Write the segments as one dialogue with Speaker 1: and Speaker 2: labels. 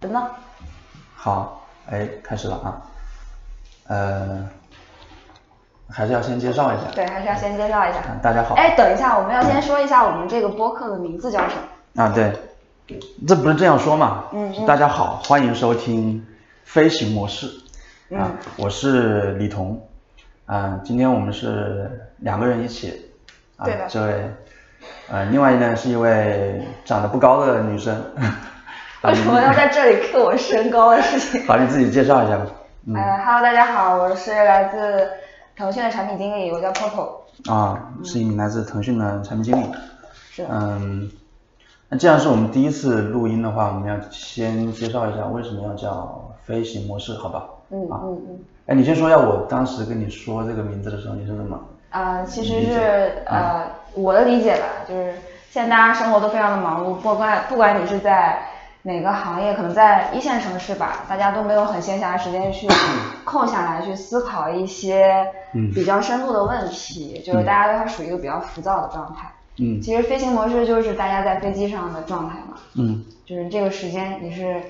Speaker 1: 人呢？
Speaker 2: 好，哎，开始了啊。呃，还是要先介绍一下。
Speaker 1: 对，还是要先介绍一下。
Speaker 2: 嗯大家好。
Speaker 1: 哎，等一下，我们要先说一下我们这个播客的名字叫什么？
Speaker 2: 啊，对，这不是这样说嘛？
Speaker 1: 嗯嗯
Speaker 2: 大家好，欢迎收听飞行模式。啊
Speaker 1: 嗯，
Speaker 2: 我是李彤。嗯、今天我们是两个人一起。啊
Speaker 1: 对的，
Speaker 2: 这位，呃，另外呢是一位长得不高的 女生。
Speaker 1: 为什么要在这里 Q 我身高的事情？
Speaker 2: 把你自己介绍一下吧。嗯。
Speaker 1: 呃，Hello，大家好，我是来自腾讯的产品经理，我叫 Popo。
Speaker 2: 啊，是一名来自腾讯的产品经理。
Speaker 1: 是的
Speaker 2: 嗯，那既然是我们第一次录音的话，我们要先介绍一下为什么要叫飞行模式，好吧？
Speaker 1: 嗯
Speaker 2: 啊
Speaker 1: 嗯嗯。
Speaker 2: 哎，你先说一下我当时跟你说这个名字的时候，你是怎么？
Speaker 1: 呃，其
Speaker 2: 理
Speaker 1: 实
Speaker 2: 解嗯
Speaker 1: 是呃我的理解吧，就是现在大家生活都非常的忙碌，不管不管你是在哪个行业，可能在一线城市吧，大家都没有很闲暇的时 间去空下来去思考一些
Speaker 2: 嗯
Speaker 1: 比较深入的问题，就是
Speaker 2: 嗯
Speaker 1: 大家都还属于一个比较浮躁的状态。
Speaker 2: 嗯
Speaker 1: 其实飞行模式就是大家在飞机上的状态嘛，
Speaker 2: 嗯
Speaker 1: 就是这个时间你是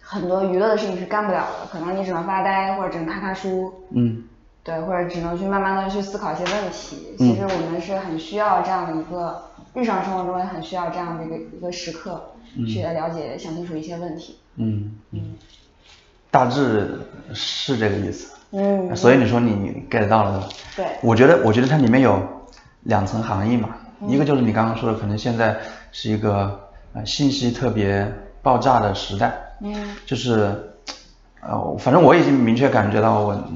Speaker 1: 很多娱乐的事情是干不了的，可能你只能发呆或者只能看看书，
Speaker 2: 嗯
Speaker 1: 对，或者只能去慢慢的去思考一些问题。
Speaker 2: 嗯
Speaker 1: 其实我们是很需要这样的一个日常生活中也很需要这样的一个一个时刻，
Speaker 2: 嗯
Speaker 1: 去了解、想清楚一些问题。
Speaker 2: 嗯，
Speaker 1: 嗯
Speaker 2: 大致是这个意思。
Speaker 1: 嗯，
Speaker 2: 所以你说你 get 到了，
Speaker 1: 对
Speaker 2: 我觉得，我觉得它里面有两层含义嘛，一个就是你刚刚说的，可能现在是一个呃信息特别爆炸的时代，
Speaker 1: 嗯
Speaker 2: 就是呃，反正我已经明确感觉到我，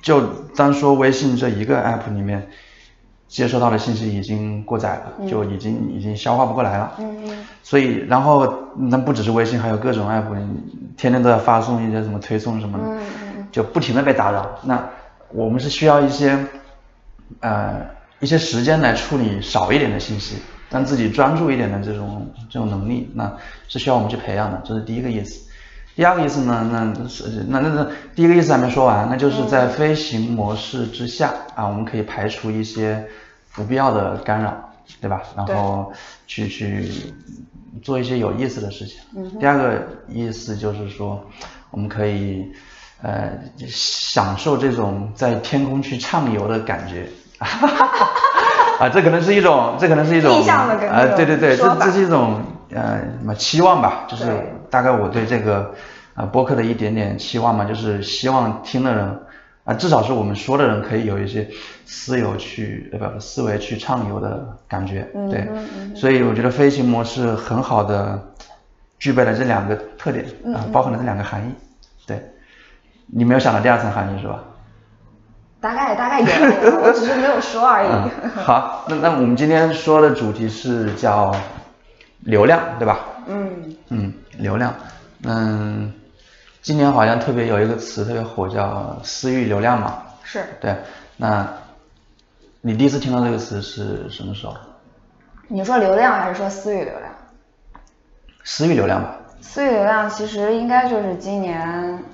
Speaker 2: 就单说微信这一个 app 里面接收到的信息已经过载了，就已经已经消化不过来了。
Speaker 1: 嗯嗯
Speaker 2: 所以，然后那不只是微信，还有各种 app，你天天都在发送一些什么推送什么的，
Speaker 1: 嗯嗯嗯
Speaker 2: 就不停的被打扰。那我们是需要一些呃一些时间来处理少一点的信息，让自己专注一点的这种这种能力，那是需要我们去培养的，这是第一个意思。第二个意思呢，那是那那那第一个意思还没说完，那就是在飞行模式之下、啊，我们可以排除一些不必要的干扰，对吧？然后去去做一些有意思的事情。
Speaker 1: 嗯哼
Speaker 2: 第二个意思就是说，我们可以呃享受这种在天空去畅游的感觉。 啊，这可能是一种，这可能是一种
Speaker 1: 意向的跟
Speaker 2: 呃，
Speaker 1: 那
Speaker 2: 对对对，
Speaker 1: 种
Speaker 2: 这
Speaker 1: 说法
Speaker 2: 这是一种呃什么期望吧，就是
Speaker 1: 对
Speaker 2: 大概我对这个啊、呃播客的一点点期望嘛，就是希望听的人啊、至少是我们说的人可以有一些思游去呃不思维去畅游的感觉，
Speaker 1: 嗯
Speaker 2: 对，
Speaker 1: 嗯嗯
Speaker 2: 所以我觉得飞行模式很好的具备了这两个特点
Speaker 1: 嗯
Speaker 2: 啊、
Speaker 1: 嗯
Speaker 2: 包含了这两个含义，对，你没有想到第二层含义是 吧？
Speaker 1: 大概大概有，我只是没有说而已。
Speaker 2: 嗯，好，那那我们今天说的主题是叫流量，对吧？
Speaker 1: 嗯
Speaker 2: 嗯，流量，嗯，今年好像特别有一个词特别火，叫私域流量嘛。
Speaker 1: 是
Speaker 2: 对，那你第一次听到这个词是什么时候？
Speaker 1: 你说流量还是说私域流量？
Speaker 2: 私域流量吧。
Speaker 1: 私域流量其实应该就是今年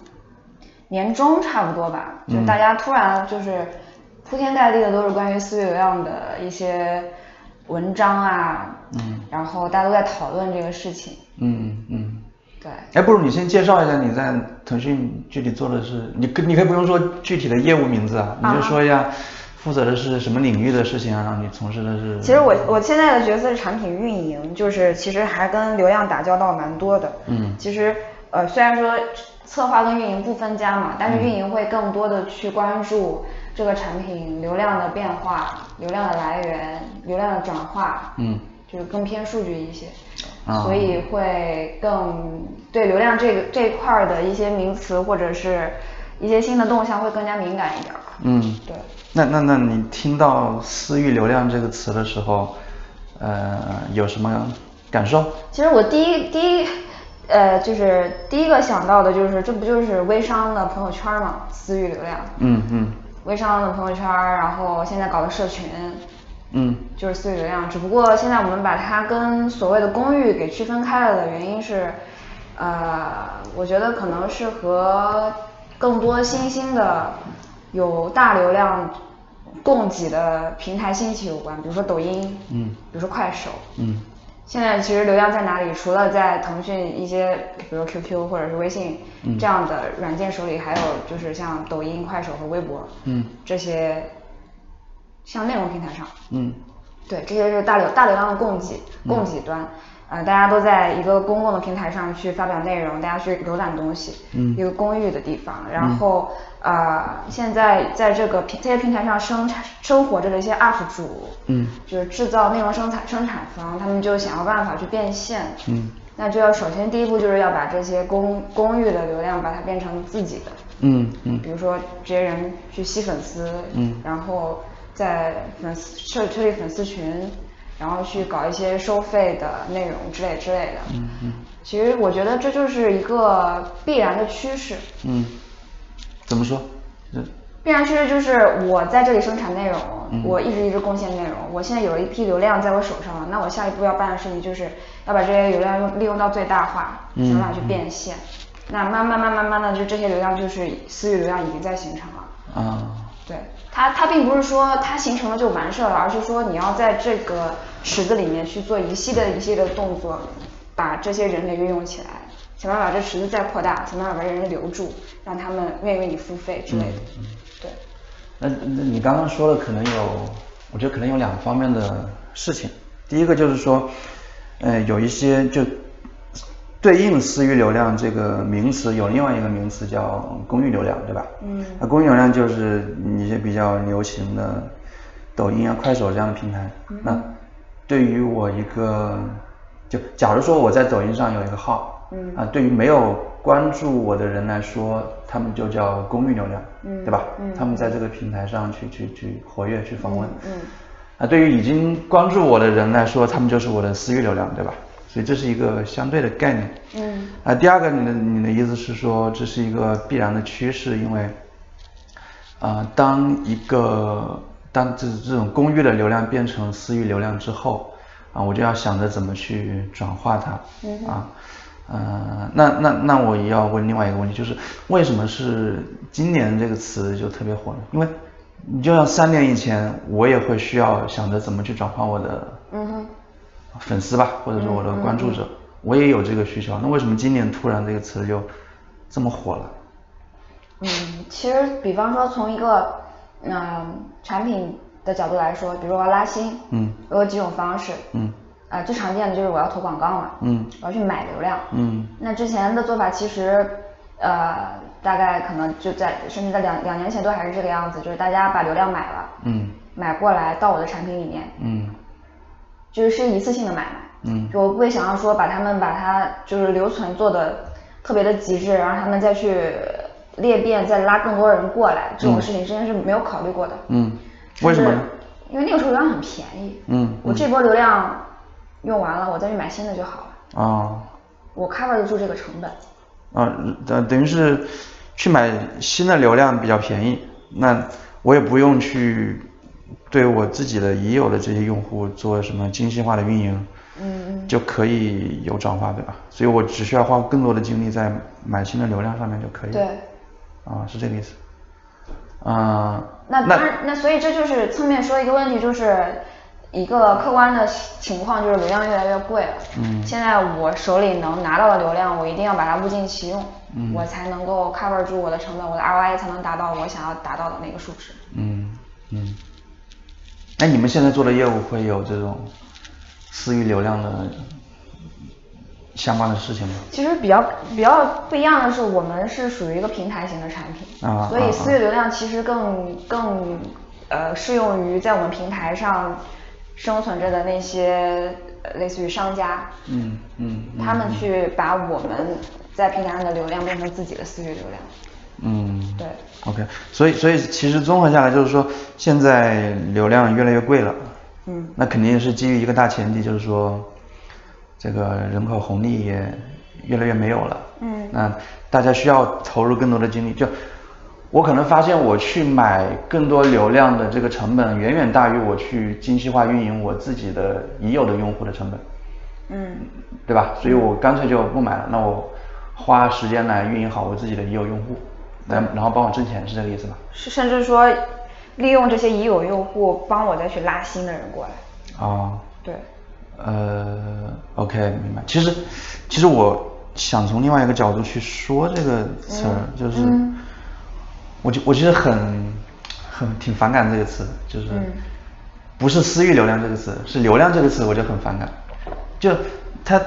Speaker 1: 年中差不多吧，
Speaker 2: 嗯
Speaker 1: 就是大家突然就是铺天盖地的都是关于私域流量的一些文章啊，
Speaker 2: 嗯
Speaker 1: 然后大家都在讨论这个事情，
Speaker 2: 嗯嗯。
Speaker 1: 对，
Speaker 2: 哎，不如你先介绍一下你在腾讯具体做的是，你可你可以不用说具体的业务名字啊，你就
Speaker 1: 啊
Speaker 2: 说一下负责的是什么领域的事情啊，然后你从事的是。
Speaker 1: 其实我我现在的角色是产品运营，就是其实还跟流量打交道蛮多的。
Speaker 2: 嗯
Speaker 1: 其实呃虽然说策划跟运营不分家嘛，但是运营会更多的去关注这个产品流量的变化、流量的来源、流量的转化，
Speaker 2: 嗯
Speaker 1: 就是更偏数据一些，
Speaker 2: 啊
Speaker 1: 所以会更对流量这个这一块儿的一些名词或者是一些新的动向会更加敏感一点儿吧。
Speaker 2: 嗯，
Speaker 1: 对。
Speaker 2: 那那那你听到“私域流量”这个词的时候，呃，有什么感受？
Speaker 1: 其实我第一第一，呃，就是第一个想到的就是，这不就是微商的朋友圈嘛，私域流量，
Speaker 2: 嗯嗯
Speaker 1: 微商的朋友圈，然后现在搞的社群，
Speaker 2: 嗯
Speaker 1: 就是私域流量。只不过现在我们把它跟所谓的公寓给区分开了的原因是，呃，我觉得可能是和更多新兴的有大流量供给的平台兴起有关，比如说抖音，
Speaker 2: 嗯
Speaker 1: 比如说快手，
Speaker 2: 嗯
Speaker 1: 现在其实流量在哪里？除了在腾讯一些，比如 QQ 或者是微信
Speaker 2: 嗯
Speaker 1: 这样的软件手里，还有就是像抖音、快手和微博，
Speaker 2: 嗯
Speaker 1: 这些像内容平台上，
Speaker 2: 嗯
Speaker 1: 对，这些是大流大流量的供给供给端，呃，大家都在一个公共的平台上去发表内容，大家去浏览东西，
Speaker 2: 嗯
Speaker 1: 一个公寓的地方，然后、呃，现在在这个平这些平台上生产生活着的一些 UP 主，
Speaker 2: 嗯
Speaker 1: 就是制造内容生产生产方，他们就想要办法去变现，
Speaker 2: 嗯
Speaker 1: 那就要首先第一步就是要把这些公公寓的流量把它变成自己的，
Speaker 2: 嗯嗯
Speaker 1: 比如说这些人去吸粉丝，
Speaker 2: 嗯
Speaker 1: 然后在粉丝设设立粉丝群，然后去搞一些收费的内容之类之类的。
Speaker 2: 嗯嗯
Speaker 1: 其实我觉得这就是一个必然的趋势，
Speaker 2: 嗯，怎么说？嗯
Speaker 1: 必然趋势就是我在这里生产内容，
Speaker 2: 嗯
Speaker 1: 我一直一直贡献内容，我现在有一批流量在我手上了，那我下一步要办的事情就是要把这些流量用利用到最大化，
Speaker 2: 嗯
Speaker 1: 想办法去变现。那慢慢慢慢慢的，就这些流量就是私域流量已经在形成了。
Speaker 2: 啊
Speaker 1: 对它，它并不是说它形成了就完事儿了，而是说你要在这个池子里面去做一系列一系列的动作，把这些人给运用起来，想办法把这池子再扩大，想办法把人留住，让他们愿意为你付费之类的。
Speaker 2: 嗯嗯
Speaker 1: 对，
Speaker 2: 那那你刚刚说了，可能有，我觉得可能有两方面的事情。第一个就是说，呃，有一些就对应私域流量这个名词，有另外一个名词叫公域流量，对吧？
Speaker 1: 嗯
Speaker 2: 那公域流量就是一些比较流行的抖音啊、快手这样的平台。
Speaker 1: 嗯
Speaker 2: 那对于我一个，就假如说我在抖音上有一个号，
Speaker 1: 嗯
Speaker 2: 啊，对于没有关注我的人来说，他们就叫公域流量，
Speaker 1: 嗯
Speaker 2: 对吧？
Speaker 1: 嗯
Speaker 2: 他们在这个平台上去去去活跃、去访问，
Speaker 1: 嗯嗯
Speaker 2: 啊，对于已经关注我的人来说，他们就是我的私域流量，对吧？所以这是一个相对的概念。
Speaker 1: 嗯
Speaker 2: 啊，第二个，你的你的意思是说这是一个必然的趋势，因为，啊，当一个当这这种公域的流量变成私域流量之后，啊，我就要想着怎么去转化它，
Speaker 1: 嗯哼
Speaker 2: 啊，呃，那那那我也要问另外一个问题，就是为什么是今年这个词就特别火呢？因为你就像三年以前，我也会需要想着怎么去转化我的
Speaker 1: 嗯哼，
Speaker 2: 粉丝吧，或者是我的关
Speaker 1: 嗯
Speaker 2: 注者，我也有这个需求。那为什么今年突然这个词就这么火了？
Speaker 1: 嗯，其实比方说从一个嗯、产品的角度来说，比如我要拉新，
Speaker 2: 嗯
Speaker 1: 我有几种方式，
Speaker 2: 嗯
Speaker 1: 啊、最常见的就是我要投广告嘛，
Speaker 2: 嗯
Speaker 1: 我要去买流量，
Speaker 2: 嗯
Speaker 1: 那之前的做法其实，呃，大概可能就在甚至在两两年前都还是这个样子，就是大家把流量买了，
Speaker 2: 嗯
Speaker 1: 买过来到我的产品里面，
Speaker 2: 嗯
Speaker 1: 就是是一次性的买卖，
Speaker 2: 嗯
Speaker 1: 就我不会想要说把他们把它就是留存做的特别的极致，然后他们再去裂变，再拉更多人过来，这种
Speaker 2: 嗯
Speaker 1: 事情之前是没有考虑过的，
Speaker 2: 嗯，为什么呢？
Speaker 1: 就是因为那个时候流量很便宜，
Speaker 2: 嗯
Speaker 1: 我这波流量用完了，我再去买新的就好了，
Speaker 2: 哦
Speaker 1: 我 cover 得住这个成本。
Speaker 2: 啊，呃，等于是去买新的流量比较便宜，那我也不用去对我自己的已有的这些用户做什么精细化的运营，
Speaker 1: 嗯嗯
Speaker 2: 就可以有转化，对吧？所以我只需要花更多的精力在买新的流量上面就可以。
Speaker 1: 对。
Speaker 2: 啊，是这个意思。啊、
Speaker 1: 那
Speaker 2: 那
Speaker 1: 当然，那所以这就是侧面说一个问题，就是一个客观的情况，就是流量越来越贵了。
Speaker 2: 嗯
Speaker 1: 现在我手里能拿到的流量，我一定要把它物尽其用，
Speaker 2: 嗯
Speaker 1: 我才能够 cover 住我的成本，我的 ROI 才能达到我想要达到的那个数值。
Speaker 2: 嗯嗯，那你们现在做的业务会有这种私域流量的相关的事情吗？
Speaker 1: 其实比较比较不一样的是，我们是属于一个平台型的产品，
Speaker 2: 啊
Speaker 1: 所
Speaker 2: 啊
Speaker 1: 以
Speaker 2: 啊
Speaker 1: 私域流量其实更更呃适用于在我们平台上生存着的那些呃类似于商家，
Speaker 2: 嗯嗯嗯
Speaker 1: 他们去把我们在平台上的流量变成自己的私域流量。
Speaker 2: 嗯，
Speaker 1: 对。
Speaker 2: OK，所以所以其实综合下来就是说，现在流量越来越贵了，
Speaker 1: 嗯
Speaker 2: 那肯定是基于一个大前提，就是说这个人口红利也越来越没有了。
Speaker 1: 嗯
Speaker 2: 那大家需要投入更多的精力。就我可能发现，我去买更多流量的这个成本，远远大于我去精细化运营我自己的已有的用户的成本。
Speaker 1: 嗯
Speaker 2: 对吧？所以我干脆就不买了，那我花时间来运营好我自己的已有用户，然
Speaker 1: 嗯
Speaker 2: 然后帮我挣钱，是这个意思吧？
Speaker 1: 是甚至说利用这些已有用户帮我再去拉新的人过来。
Speaker 2: 哦，
Speaker 1: 对，
Speaker 2: 呃，OK，明白。其实，其实我想从另外一个角度去说这个词儿，
Speaker 1: 嗯
Speaker 2: 就是
Speaker 1: 嗯
Speaker 2: 我就我其实很很挺反感这个词，就是、
Speaker 1: 嗯
Speaker 2: 不是私域流量这个词，是流量这个词，我就很反感。就它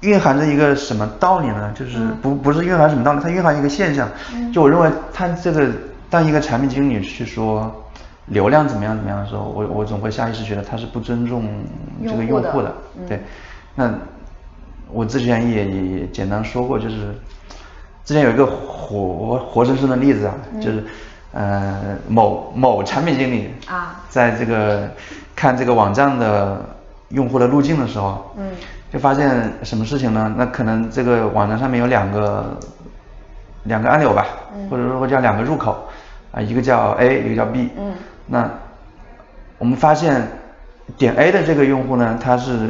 Speaker 2: 蕴含着一个什么道理呢？就是
Speaker 1: 嗯
Speaker 2: 不、不是蕴含什么道理，它蕴含一个现象。
Speaker 1: 嗯
Speaker 2: 就我认为，它这个当一个产品经理去说流量怎么样怎么样的时候，我我总会下意识觉得他是不尊重这个
Speaker 1: 用户
Speaker 2: 用
Speaker 1: 的
Speaker 2: 户的。
Speaker 1: 嗯
Speaker 2: 对，那我之前也也也简单说过，就是之前有一个活活生生的例子啊，
Speaker 1: 嗯
Speaker 2: 就是呃某某产品经理
Speaker 1: 啊
Speaker 2: 在这个看这个网站的用户的路径的时候，
Speaker 1: 嗯
Speaker 2: 就发现什么事情呢？那可能这个网站上面有两个两个按钮吧，
Speaker 1: 嗯
Speaker 2: 或者说叫两个入口啊、一个叫 A，一个叫 B，
Speaker 1: 嗯
Speaker 2: 那我们发现点 A 的这个用户呢，他是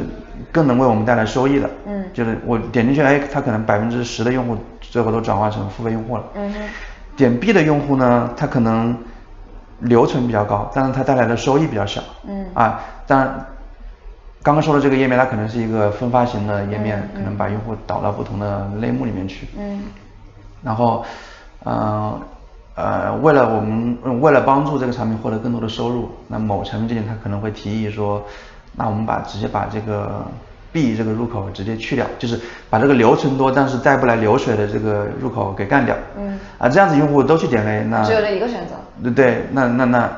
Speaker 2: 更能为我们带来收益的。
Speaker 1: 嗯
Speaker 2: 就是我点进去 A，他可能百分之十的用户最后都转化成付费用户了。
Speaker 1: 嗯哼
Speaker 2: 点 B 的用户呢，他可能留存比较高，但是他带来的收益比较小。
Speaker 1: 嗯
Speaker 2: 啊，当然。刚刚说的这个页面，它可能是一个分发型的页面，
Speaker 1: 嗯嗯
Speaker 2: 可能把用户导到不同的类目里面去。
Speaker 1: 嗯
Speaker 2: 然后，呃呃，为了我们、嗯为了帮助这个产品获得更多的收入，那某产品经理他可能会提议说，那我们把直接把这个 B 这个入口直接去掉，就是把这个留存多但是带不来流水的这个入口给干掉。
Speaker 1: 嗯
Speaker 2: 啊，这样子用户都去点 A，那
Speaker 1: 只有这一个选择
Speaker 2: 对对，那那那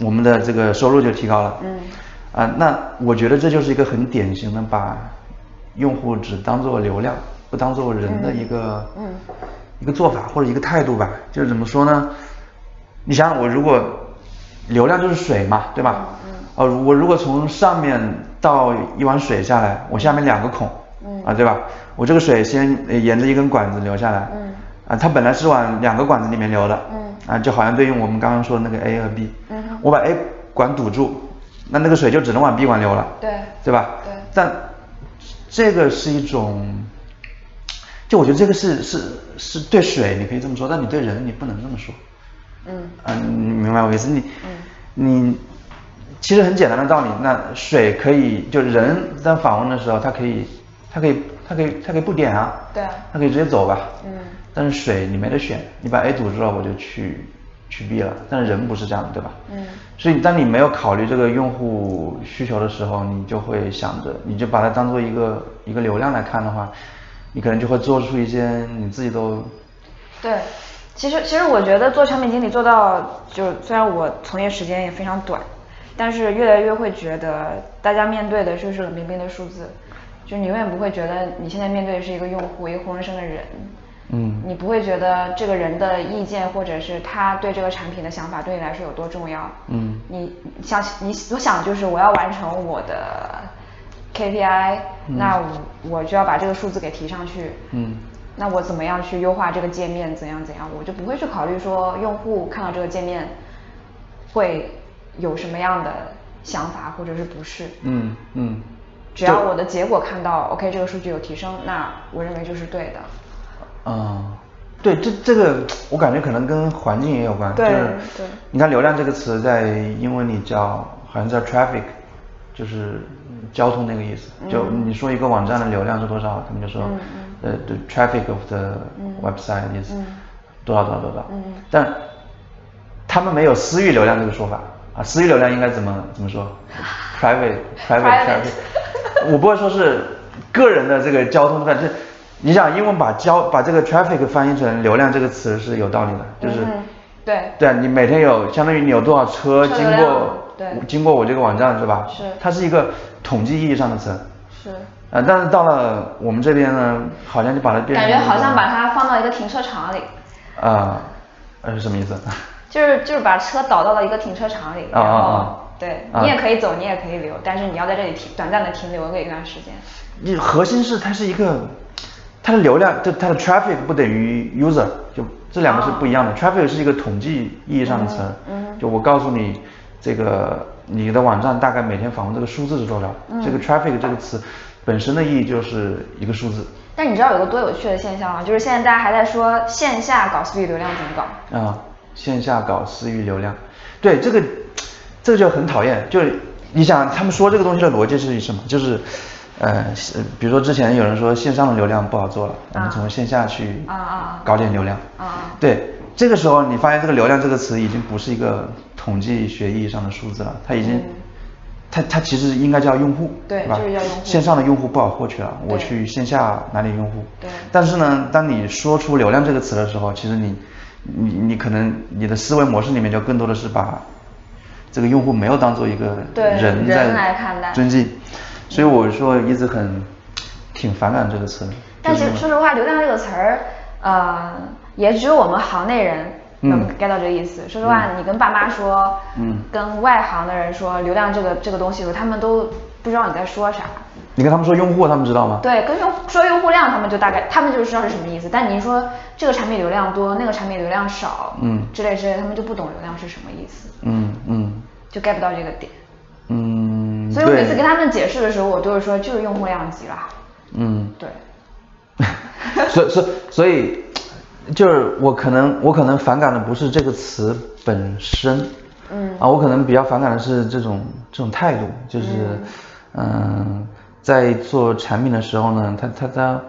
Speaker 2: 我们的这个收入就提高了。
Speaker 1: 嗯
Speaker 2: 啊，那我觉得这就是一个很典型的把用户只当做流量，不当做人的一个
Speaker 1: 嗯嗯
Speaker 2: 一个做法或者一个态度吧。就是怎么说呢？你想想，我如果流量就是水嘛，对吧？
Speaker 1: 嗯嗯
Speaker 2: 呃，我如果从上面倒一碗水下来，我下面两个孔，
Speaker 1: 嗯
Speaker 2: 啊，对吧？我这个水先呃沿着一根管子流下来，
Speaker 1: 嗯
Speaker 2: 啊，它本来是往两个管子里面流的，
Speaker 1: 嗯
Speaker 2: 啊，就好像对应我们刚刚说的那个 A 和 B，
Speaker 1: 嗯哼
Speaker 2: 我把 A 管堵住，那那个水就只能往 B 管流了，
Speaker 1: 对
Speaker 2: 对吧？
Speaker 1: 对
Speaker 2: 但这个是一种，就我觉得这个是是是对水你可以这么说，但你对人你不能这么说，
Speaker 1: 嗯
Speaker 2: 嗯、你明白我意思？你、
Speaker 1: 嗯
Speaker 2: 你其实很简单的道理，那水可以就人在访问的时候，他可以他可以他可以他可以不点啊，
Speaker 1: 对啊
Speaker 2: 他可以直接走吧，
Speaker 1: 嗯
Speaker 2: 但是水你没得选，你把 A 堵住了，我就去去 B 了。但是人不是这样的，对吧？
Speaker 1: 嗯
Speaker 2: 所以当你没有考虑这个用户需求的时候，你就会想着，你就把它当做一个一个流量来看的话，你可能就会做出一些你自己都
Speaker 1: 对，其实其实我觉得做产品经理做到，就是虽然我从业时间也非常短，但是越来越会觉得大家面对的就是冷冰冰的数字，就你永远不会觉得你现在面对的是一个用户，一个活生生的人。
Speaker 2: 嗯
Speaker 1: 你不会觉得这个人的意见或者是他对这个产品的想法对你来说有多重要？
Speaker 2: 嗯
Speaker 1: 你想你所想的就是我要完成我的 KPI，、那我我就要把这个数字给提上去。
Speaker 2: 嗯
Speaker 1: 那我怎么样去优化这个界面，怎样怎样，我就不会去考虑说用户看到这个界面会有什么样的想法或者是不适。
Speaker 2: 嗯嗯，
Speaker 1: 只要
Speaker 2: 就
Speaker 1: 我的结果看到 OK 这个数据有提升，那我认为就是对的。
Speaker 2: 嗯，对，这这个我感觉可能跟环境也有关。
Speaker 1: 对
Speaker 2: 就是
Speaker 1: 对
Speaker 2: 你看“流量”这个词在英文里叫好像叫 traffic，就是交通那个意思。就你说一个网站的流量是多少，他们就说
Speaker 1: 嗯
Speaker 2: 呃、the traffic of the
Speaker 1: 嗯
Speaker 2: website is、
Speaker 1: 嗯
Speaker 2: 多少多少多少。
Speaker 1: 嗯
Speaker 2: 但他们没有私域流量这个说法啊，私域流量应该怎么怎么说？private private
Speaker 1: Private
Speaker 2: traffic，我不会说是个人的这个交通，但是你想英文把交把这个 traffic 翻译成流量这个词是有道理的，就是、
Speaker 1: 嗯对
Speaker 2: 对啊，你每天有相当于你有多少车
Speaker 1: 车
Speaker 2: 经
Speaker 1: 流量
Speaker 2: 过
Speaker 1: 对
Speaker 2: 经过我这个网站是吧？
Speaker 1: 是
Speaker 2: 它是一个统计意义上的词。
Speaker 1: 是，
Speaker 2: 啊，但是到了我们这边呢，好像就把它变
Speaker 1: 感
Speaker 2: 成
Speaker 1: 觉
Speaker 2: 了一个
Speaker 1: 好像把它放到一个停车场里，
Speaker 2: 啊，呃是什么意思？
Speaker 1: 就是就是把车导到了一个停车场里，
Speaker 2: 啊
Speaker 1: 然
Speaker 2: 啊
Speaker 1: 后
Speaker 2: 啊
Speaker 1: 对
Speaker 2: 啊
Speaker 1: 你也可以走，你也可以留，但是你要在这里停短暂的停留个一段时间。
Speaker 2: 你核心是它是一个，它的流量，就它的 traffic 不等于 user，就这两个是不一样的。traffic 是一个统计意义上的词儿，
Speaker 1: 哦嗯嗯
Speaker 2: 就我告诉你这个你的网站大概每天访问这个数字是多少，
Speaker 1: 嗯
Speaker 2: 这个 traffic 这个词本身的意义就是一个数字。
Speaker 1: 但你知道有个多有趣的现象吗？啊就是现在大家还在说线下搞私域流量怎么搞，
Speaker 2: 啊、线下搞私域流量，对这个，这个就很讨厌，就是你想他们说这个东西的逻辑是什么？就是，呃，是比如说之前有人说线上的流量不好做了，我们
Speaker 1: 啊
Speaker 2: 从线下去
Speaker 1: 啊啊啊
Speaker 2: 搞点流量。
Speaker 1: 啊啊
Speaker 2: 对，这个时候你发现这个流量这个词已经不是一个统计学意义上的数字了，它已经、
Speaker 1: 嗯
Speaker 2: 它它其实应该叫用户，
Speaker 1: 对
Speaker 2: 吧？
Speaker 1: 就是叫用户
Speaker 2: 线上的用户不好获取了，我
Speaker 1: 对
Speaker 2: 去线下哪里用户？
Speaker 1: 对
Speaker 2: 但是呢，当你说出流量这个词的时候，其实你你你可能你的思维模式里面就更多的是把这个用户没有当做一个
Speaker 1: 对
Speaker 2: 人
Speaker 1: 人来看
Speaker 2: 在
Speaker 1: 待
Speaker 2: 遵纪，所以我说一直很挺反感这个词。
Speaker 1: 但
Speaker 2: 就是
Speaker 1: 说实话，流量这个词儿，呃，也只有我们行内人能
Speaker 2: 嗯
Speaker 1: get 到这个意思。说实话，你跟爸妈说，
Speaker 2: 嗯
Speaker 1: 跟外行的人说流量这个这个东西的时候，他们都不知道你在说啥。
Speaker 2: 你跟他们说用户，他们知道吗？
Speaker 1: 对，跟用说用户量，他们就大概他们就知道是什么意思。但你说这个产品流量多，那个产品流量少，
Speaker 2: 嗯
Speaker 1: 之类之类，他们就不懂流量是什么意思，
Speaker 2: 嗯嗯
Speaker 1: 就 get 不到这个点。
Speaker 2: 嗯，
Speaker 1: 所以我每
Speaker 2: 对
Speaker 1: 次跟他们解释的时候，我都是说就是用户量级啦。
Speaker 2: 嗯，
Speaker 1: 对，
Speaker 2: 所所所以，就是我可能我可能反感的不是这个词本身，
Speaker 1: 嗯
Speaker 2: 啊，我可能比较反感的是这种这种态度，就是，嗯、在做产品的时候呢，他他他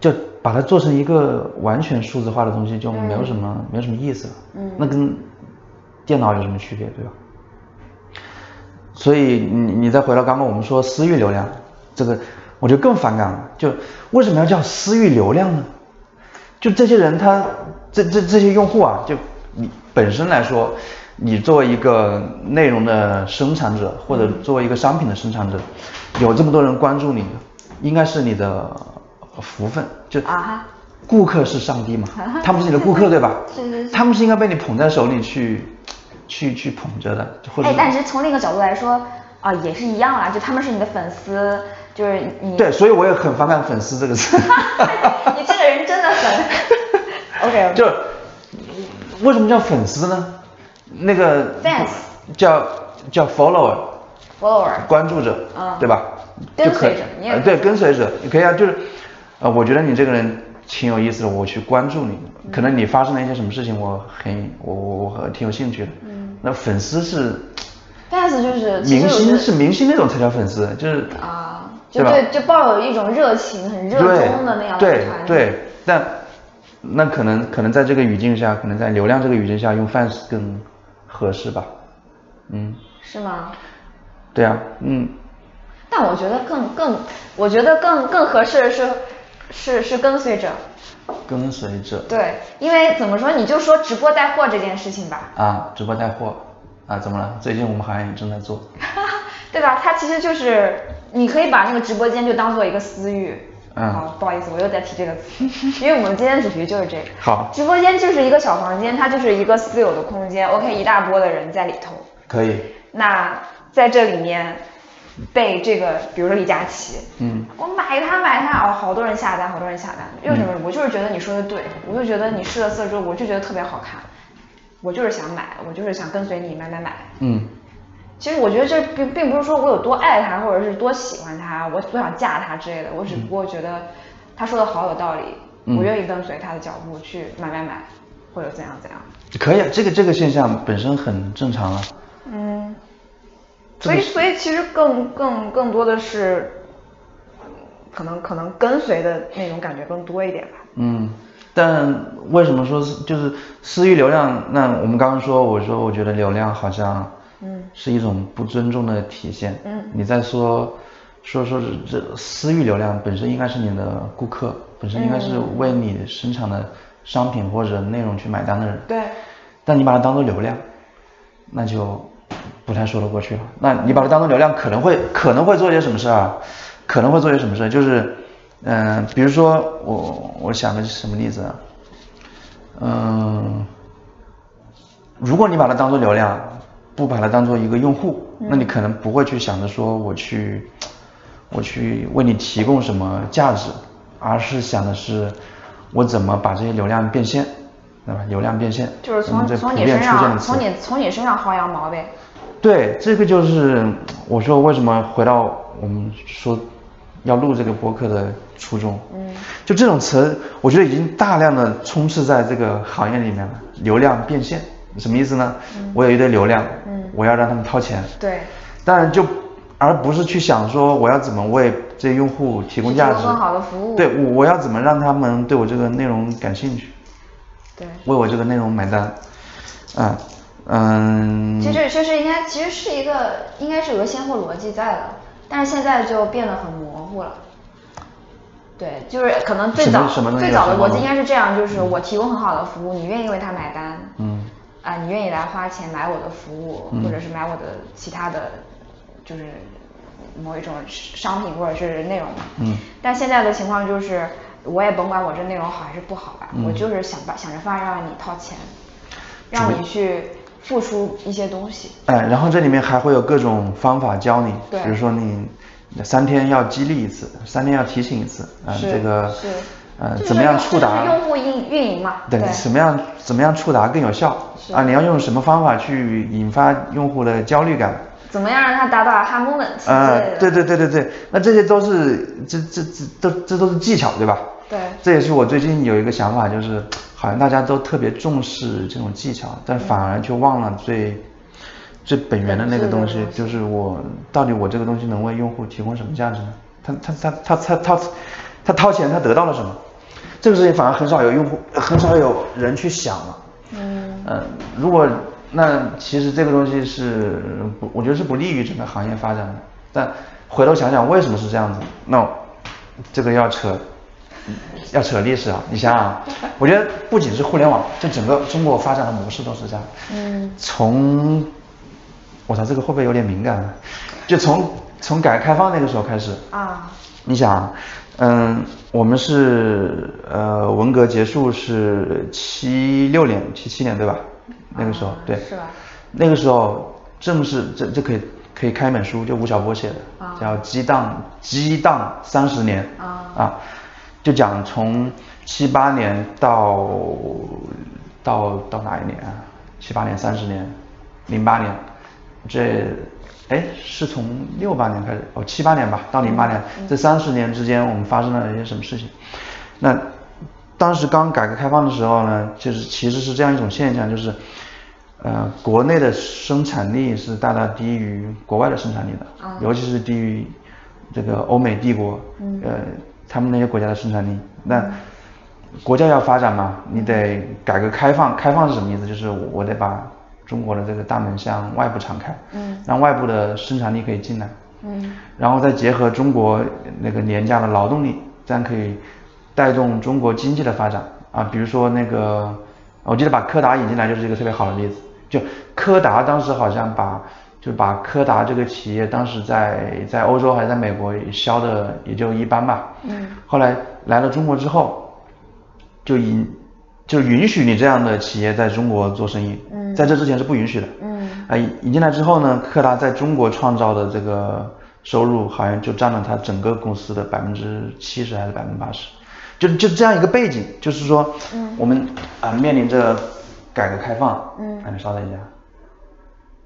Speaker 2: 就把它做成一个完全数字化的东西，就没有什么、没有什么意思了，啊
Speaker 1: 嗯
Speaker 2: 那跟电脑有什么区别，对吧？所以你你再回到刚刚我们说私域流量，这个我就更反感了。就为什么要叫私域流量呢？就这些人他这这这些用户啊，就你本身来说，你作为一个内容的生产者，或
Speaker 1: 嗯
Speaker 2: 者作为一个商品的生产者，有这么多人关注你，应该是你的福分。就
Speaker 1: 啊哈
Speaker 2: 顾客是上帝 嘛，他们是你的顾客对吧？
Speaker 1: 啊是是是
Speaker 2: 他们是应该被你捧在手里去去去捧着的，或者
Speaker 1: 哎，但是从另一个角度来说，啊、也是一样啦，就他们是你的粉丝，就是你，
Speaker 2: 对，所以我也很反感“粉丝”这个 词。
Speaker 1: 你这个人真的 很，OK，
Speaker 2: 就为什么叫粉丝呢？那个
Speaker 1: Fans
Speaker 2: 叫叫 follower，
Speaker 1: follower，
Speaker 2: 关注者，
Speaker 1: 嗯
Speaker 2: 对吧？
Speaker 1: 跟
Speaker 2: 就可以
Speaker 1: 随者你也
Speaker 2: 呃
Speaker 1: 可以
Speaker 2: 对跟随者，你可以啊，就是呃，我觉得你这个人挺有意思的，我去关注你，可能你发生了一些什么事情，我很我我我很挺有兴趣的。
Speaker 1: 嗯
Speaker 2: 那粉丝是
Speaker 1: fans 就是其实我觉
Speaker 2: 明星
Speaker 1: 得
Speaker 2: 是明星那种才叫粉丝，就是
Speaker 1: 啊，就
Speaker 2: 吧
Speaker 1: 对，就抱有一种热情、很热
Speaker 2: 对
Speaker 1: 衷的那样的
Speaker 2: 对
Speaker 1: 团体
Speaker 2: 对，但那可能可能在这个语境下，可能在流量这个语境下用 fans 更合适吧。嗯，
Speaker 1: 是吗？
Speaker 2: 对啊，嗯，
Speaker 1: 但我觉得更更，我觉得更更合适的是是是跟随者，
Speaker 2: 跟随者
Speaker 1: 对，因为怎么说，你就说直播带货这件事情吧，
Speaker 2: 啊，直播带货啊，怎么了？最近我们行业也正在做，
Speaker 1: 对吧？它其实就是你可以把那个直播间就当做一个私域。
Speaker 2: 嗯
Speaker 1: 好，不好意思，我又在提这个词， 因为我们今天的主题就是这个。
Speaker 2: 好
Speaker 1: 直播间就是一个小房间，它就是一个私有的空间。OK，一大波的人在里头，
Speaker 2: 可以，
Speaker 1: 那在这里面被这个，比如说李佳琦，
Speaker 2: 嗯
Speaker 1: 我买它买它，哦，好多人下单，好多人下单，为什么？我就是觉得你说的对，我就觉得你试了色之后，我就觉得特别好看，我就是想买，我就是想跟随你买买买。
Speaker 2: 嗯
Speaker 1: 其实我觉得这并并不是说我有多爱他，或者是多喜欢他，我多想嫁他之类的，我只不过觉得他说的好有道理，
Speaker 2: 嗯
Speaker 1: 我愿意跟随他的脚步去买买买，或者怎样怎样。
Speaker 2: 可以啊，这个这个现象本身很正常啊。
Speaker 1: 嗯，
Speaker 2: 这
Speaker 1: 所
Speaker 2: 个
Speaker 1: 以
Speaker 2: 是
Speaker 1: 所以其实更更更多的是，可能可能跟随的那种感觉更多一点吧。
Speaker 2: 嗯，但为什么说是就是私域流量？那我们刚刚说，我说我觉得流量好像，
Speaker 1: 嗯
Speaker 2: 是一种不尊重的体现。
Speaker 1: 嗯
Speaker 2: 你在说说说这这私域流量本身应该是你的顾客，本身应该
Speaker 1: 嗯
Speaker 2: 是为你生产的商品或者内容去买单的人。
Speaker 1: 对
Speaker 2: 但你把它当做流量，那就不太说得过去了。那你把它当做流量，可能会可能会做些什么事儿啊？可能会做些什么事儿？就是，嗯、比如说我我想个什么例子啊？嗯、如果你把它当做流量，不把它当做一个用户，那你可能不会去想着说我去，我去为你提供什么价值，而是想的是我怎么把这些流量变现，对吧？流量变现，
Speaker 1: 就是
Speaker 2: 我
Speaker 1: 从
Speaker 2: 们这
Speaker 1: 从
Speaker 2: 普
Speaker 1: 你
Speaker 2: 遍
Speaker 1: 身
Speaker 2: 出现
Speaker 1: 上
Speaker 2: 的词
Speaker 1: 从你从你身上薅羊毛呗。
Speaker 2: 对，这个就是嗯我说为什么回到我们说要录这个播客的初衷。
Speaker 1: 嗯，
Speaker 2: 就这种词，我觉得已经大量的充斥在这个行业里面了。流量变现什么意思呢？我有一堆流量，
Speaker 1: 嗯
Speaker 2: 我要让他们掏钱，
Speaker 1: 对
Speaker 2: 当然就而不是去想说我要怎么为这些用户提供价值，
Speaker 1: 提供更好的服务
Speaker 2: 对，我我要怎么让他们对我这个内容感兴趣，
Speaker 1: 对。
Speaker 2: 为我这个内容买单，啊，嗯，
Speaker 1: 其实就是应该，其实是一个应该是有个先后逻辑在的，但是现在就变得很模糊了。对，就是可能最
Speaker 2: 什么
Speaker 1: 早
Speaker 2: 什么东西
Speaker 1: 最
Speaker 2: 有
Speaker 1: 早的
Speaker 2: 先后
Speaker 1: 逻辑
Speaker 2: 吗
Speaker 1: 应该是这样，就是我提供很好的服务，你愿意为它买单，
Speaker 2: 嗯，
Speaker 1: 啊、你愿意来花钱买我的服务，
Speaker 2: 嗯
Speaker 1: 或者是买我的其他的，就是某一种商品或者是内容嘛，
Speaker 2: 嗯
Speaker 1: 但现在的情况就是，我也甭管我这内容好还是不好吧，
Speaker 2: 嗯
Speaker 1: 我就是想办想着法让你掏钱，让你去付出一些东西。
Speaker 2: 哎，然后这里面还会有各种方法教你，
Speaker 1: 对
Speaker 2: 比如说你三天要激励一次，三天要提醒一次，啊、
Speaker 1: 是
Speaker 2: 这个
Speaker 1: 是，
Speaker 2: 呃，
Speaker 1: 这
Speaker 2: 怎么样
Speaker 1: 就是
Speaker 2: 触达
Speaker 1: 这就是用户运运营嘛
Speaker 2: 对，
Speaker 1: 对
Speaker 2: 怎么样怎么样触达更有效
Speaker 1: 是
Speaker 2: 啊？你要用什么方法去引发用户的焦虑感？
Speaker 1: 怎么样让他达到 aha moment 之类
Speaker 2: 呃，
Speaker 1: 的
Speaker 2: 对对对对对，那这些都是这这这都这都是技巧，对吧？
Speaker 1: 对
Speaker 2: 这也是我最近有一个想法，就是好像大家都特别重视这种技巧，但反而却忘了最最本源的那个东
Speaker 1: 本质的
Speaker 2: 西
Speaker 1: 东，西
Speaker 2: 就是我到底我这个东西能为用户提供什么价值呢？他他他他他他他掏钱，他得到了什么？这个事情反而很少有用户，很少有人去想了。
Speaker 1: 嗯
Speaker 2: 呃，如果那其实这个东西是不，我觉得是不利于整个行业发展的。但回头想想为什么是这样子，那这个要扯，要扯历史啊！你想 想啊，我觉得不仅是互联网，就整个中国发展的模式都是这样。
Speaker 1: 嗯
Speaker 2: 从我操，这个会不会有点敏感啊？就从从改革开放那个时候开始
Speaker 1: 啊，
Speaker 2: 你想啊，嗯，我们是呃文革结束是七六年、七七年对吧？那个时候、
Speaker 1: 啊
Speaker 2: 对，
Speaker 1: 是吧
Speaker 2: 那个时候正是这这可以可以开一本书，就吴晓波写的，
Speaker 1: 啊
Speaker 2: 叫《激荡激荡三十年》
Speaker 1: 啊
Speaker 2: 就讲从七八年到到到哪一年啊？七八年、三十年、零八年，这哎是从六八年开始哦，七八年吧，到零八年、这三十年之间，我们发生了一些什么事情？那当时刚改革开放的时候呢，就是其实是这样一种现象，就是呃，国内的生产力是大大低于国外的生产力的，
Speaker 1: 啊
Speaker 2: 尤其是低于这个欧美帝国，
Speaker 1: 嗯
Speaker 2: 呃，他们那些国家的生产力。那、国家要发展嘛，你得改革开放。开放是什么意思？就是我得把中国的这个大门向外部敞开，
Speaker 1: 嗯
Speaker 2: 让外部的生产力可以进来，
Speaker 1: 嗯
Speaker 2: 然后再结合中国那个廉价的劳动力，这样可以带动中国经济的发展啊。比如说那个，我记得把柯达引进来就是一个特别好的例子。就柯达当时好像把就把柯达这个企业当时在在欧洲还是在美国销的也就一般吧。
Speaker 1: 嗯
Speaker 2: 后来来了中国之后，就允就允许你这样的企业在中国做生意，
Speaker 1: 嗯
Speaker 2: 在这之前是不允许的。
Speaker 1: 嗯
Speaker 2: 啊，引引进来之后呢，柯达在中国创造的这个收入好像就占了它整个公司的百分之七十还是百分之八十，就就这样一个背景，就是说，
Speaker 1: 嗯
Speaker 2: 我们啊、面临着改革开放，
Speaker 1: 嗯
Speaker 2: 哎，稍等一下，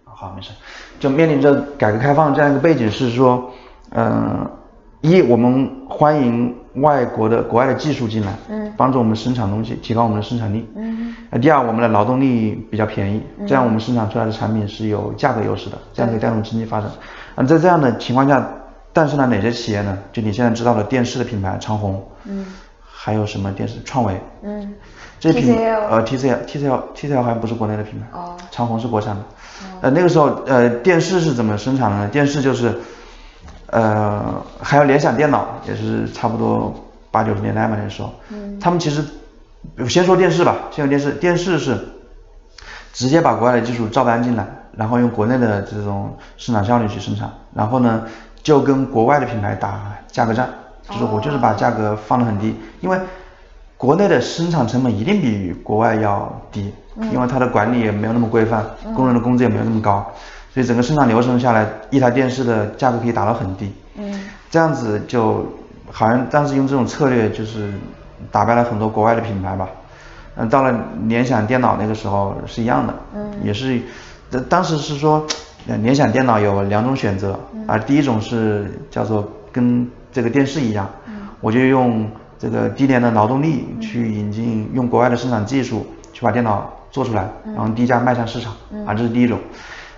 Speaker 2: 好，没事，就面临着改革开放这样一个背景是说，嗯，一我们欢迎外国的国外的技术进来，
Speaker 1: 嗯
Speaker 2: 帮助我们生产东西，提高我们的生产力，
Speaker 1: 嗯
Speaker 2: 那第二，我们的劳动力比较便宜，这样
Speaker 1: 嗯
Speaker 2: 我们生产出来的产品是有价格优势的，这样可以带动经济发展。啊，在这样的情况下，诞生了哪些企业呢？就你现在知道的电视的品牌长虹，
Speaker 1: 嗯
Speaker 2: 还有什么电视创维，
Speaker 1: 嗯
Speaker 2: 这些品
Speaker 1: TCL
Speaker 2: 呃 TCL TCL TCL 好像不是国内的品牌，
Speaker 1: 哦
Speaker 2: 长虹是国产的。呃，那个时候呃电视是怎么生产的呢？电视就是，呃还有联想电脑也是差不多八九十年代嘛那时候，
Speaker 1: 嗯
Speaker 2: 他们其实先说电视吧，先说电视，电视是直接把国外的技术照搬进来，然后用国内的这种生产效率去生产，然后呢就跟国外的品牌打价格战，就是我就是把
Speaker 1: 哦
Speaker 2: 价格放得很低，因为国内的生产成本一定比国外要低，
Speaker 1: 嗯
Speaker 2: 因为它的管理也没有那么规范，
Speaker 1: 嗯
Speaker 2: 工人的工资也没有那么高，所以整个生产流程下来，一台电视的价格可以打到很低。
Speaker 1: 嗯
Speaker 2: 这样子就好像当时用这种策略就是打败了很多国外的品牌吧。嗯，到了联想电脑那个时候是一样的，
Speaker 1: 嗯
Speaker 2: 也是，当当时是说，呃联想电脑有两种选择，
Speaker 1: 嗯
Speaker 2: 啊，第一种是叫做跟这个电视一样，
Speaker 1: 嗯
Speaker 2: 我就用这个低廉的劳动力去引进，用国外的生产技术去把电脑做出来，
Speaker 1: 嗯
Speaker 2: 然后低价卖向市场，
Speaker 1: 嗯
Speaker 2: 啊，这是第一种。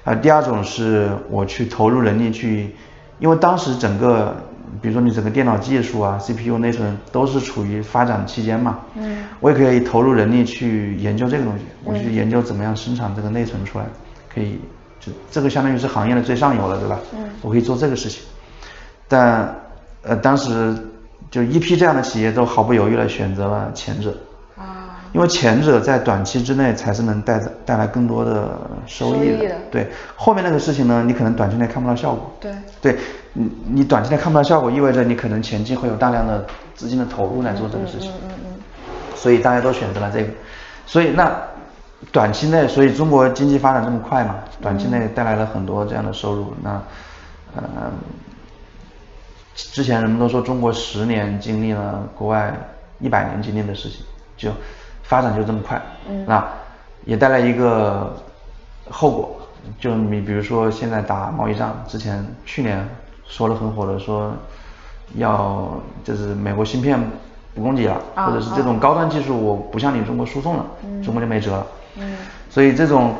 Speaker 2: 啊，第二种是我去投入人力去，因为当时整个，比如说你整个电脑技术啊、CPU、内存都是处于发展期间嘛，
Speaker 1: 嗯
Speaker 2: 我也可以投入人力去研究这个东西，我去
Speaker 1: 嗯
Speaker 2: 研究怎么样生产这个内存出来，可以，就这个相当于是行业的最上游了，对吧？
Speaker 1: 嗯
Speaker 2: 我可以做这个事情，但呃，当时就一批这样的企业都毫不犹豫的选择了前者。
Speaker 1: 啊，
Speaker 2: 因为前者在短期之内才是能带带来更多的收益的，
Speaker 1: 收益的
Speaker 2: 对。后面那个事情呢，你可能短期内看不到效果，
Speaker 1: 对
Speaker 2: 对，你你短期内看不到效果，意味着你可能前期会有大量的资金的投入来做这个事情，
Speaker 1: 嗯嗯嗯
Speaker 2: 所以大家都选择了这个，所以那短期内，所以中国经济发展这么快嘛，短期
Speaker 1: 嗯
Speaker 2: 内带来了很多这样的收入，那呃。之前人们都说中国十年经历了国外一百年经历的事情，就发展就这么快，
Speaker 1: 嗯
Speaker 2: 那也带来一个后果，就你比如说现在打贸易战，之前去年说的很火的说要就是美国芯片不供给了，
Speaker 1: 啊
Speaker 2: 或者是这种高端技术我不向你中国输送了，
Speaker 1: 嗯
Speaker 2: 中国就没辙了，
Speaker 1: 嗯
Speaker 2: 所以这种，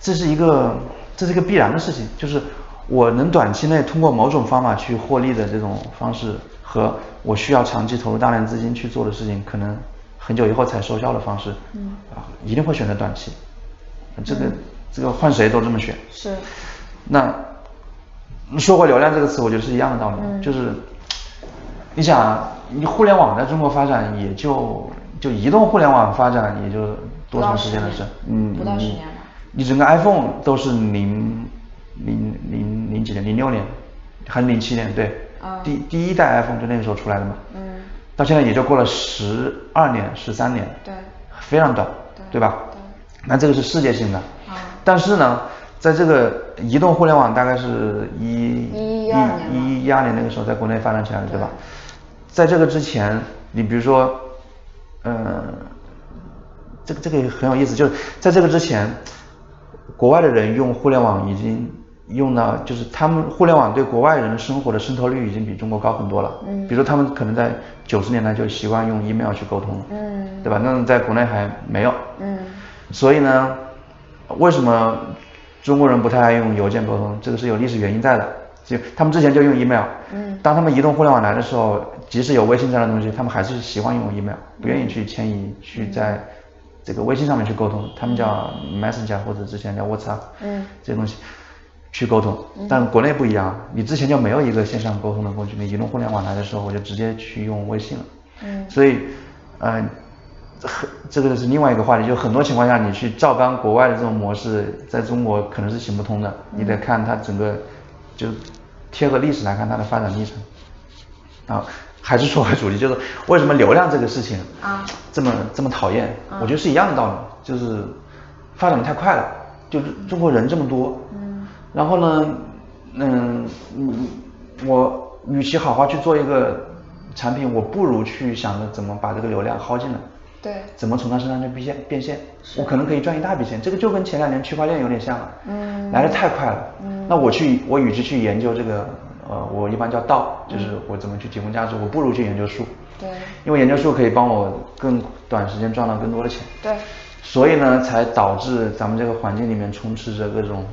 Speaker 2: 这是一个，这是一个必然的事情，就是我能短期内通过某种方法去获利的这种方式，和我需要长期投入大量资金去做的事情，可能很久以后才收效的方式，
Speaker 1: 嗯
Speaker 2: 啊，一定会选择短期，这个、这个换谁都这么选，
Speaker 1: 是，
Speaker 2: 那说过流量这个词，我觉得是一样的道理，
Speaker 1: 嗯
Speaker 2: 就是你想啊，你互联网在中国发展也就就移动互联网发展也就多长时间的事儿？嗯，
Speaker 1: 不到十年不到十
Speaker 2: 你
Speaker 1: 年吧
Speaker 2: 你整个 iPhone 都是零零零零几年，零六年还是零七年？对，
Speaker 1: 啊
Speaker 2: 第第一代 iPhone 就那个时候出来的嘛。
Speaker 1: 嗯
Speaker 2: 到现在也就过了十二年、十三年，
Speaker 1: 对
Speaker 2: 非常短，
Speaker 1: 对
Speaker 2: 吧？
Speaker 1: 对
Speaker 2: 那这个是世界性的，
Speaker 1: 啊
Speaker 2: 但是呢，在这个移动互联网大概是
Speaker 1: 11
Speaker 2: 一
Speaker 1: 12年吧
Speaker 2: 一一二年那个时候在国内发展起来的，对
Speaker 1: 对
Speaker 2: 吧？在这个之前，你比如说，呃，这个这个也很有意思，就是在这个之前，国外的人用互联网已经用到，就是他们互联网对国外人的生活的渗透率已经比中国高很多了。
Speaker 1: 嗯
Speaker 2: 比如说他们可能在九十年代就习惯用 email 去沟通了，
Speaker 1: 嗯
Speaker 2: 对吧？那在国内还没有。
Speaker 1: 嗯
Speaker 2: 所以呢，为什么中国人不太爱用邮件沟通？这个是有历史原因在的。就他们之前就用 email，
Speaker 1: 嗯
Speaker 2: 当他们移动互联网来的时候，即使有微信这样的东西，他们还是习惯用 email，不
Speaker 1: 嗯
Speaker 2: 愿意去迁移去在这个微信上面去沟通，他们叫 Messenger 或者之前叫 WhatsApp，
Speaker 1: 嗯
Speaker 2: 这些东西去沟通。但国内不一样，你之前就没有一个线上沟通的工具，你移动互联网来的时候，我就直接去用微信了。
Speaker 1: 嗯
Speaker 2: 所以，呃，很这个是另外一个话题，就很多情况下你去照搬国外的这种模式，在中国可能是行不通的，你
Speaker 1: 嗯
Speaker 2: 得看它整个，就贴合历史来看它的发展历程。啊，还是说回主题，就是为什么流量这个事情
Speaker 1: 啊
Speaker 2: 这么这么讨厌？我觉得是一样的道理，就是发展的太快了，就是中国人这么多，
Speaker 1: 嗯
Speaker 2: 然后呢，嗯，你我与其好好去做一个产品，我不如去想着怎么把这个流量薅进来，
Speaker 1: 对
Speaker 2: 怎么从他身上去变现变现，我可能可以赚一大笔钱。这个就跟前两年区块链有点像了，
Speaker 1: 嗯
Speaker 2: 来的太快了。
Speaker 1: 嗯
Speaker 2: 那我去，我与其去研究这个，呃，我一般叫道，就是我怎么去提供价值，我不如去研究树，
Speaker 1: 嗯对
Speaker 2: 因为研究树可以帮我更短时间赚到更多的钱。
Speaker 1: 对
Speaker 2: 所以呢，才导致咱们这个环境里面充斥着各种，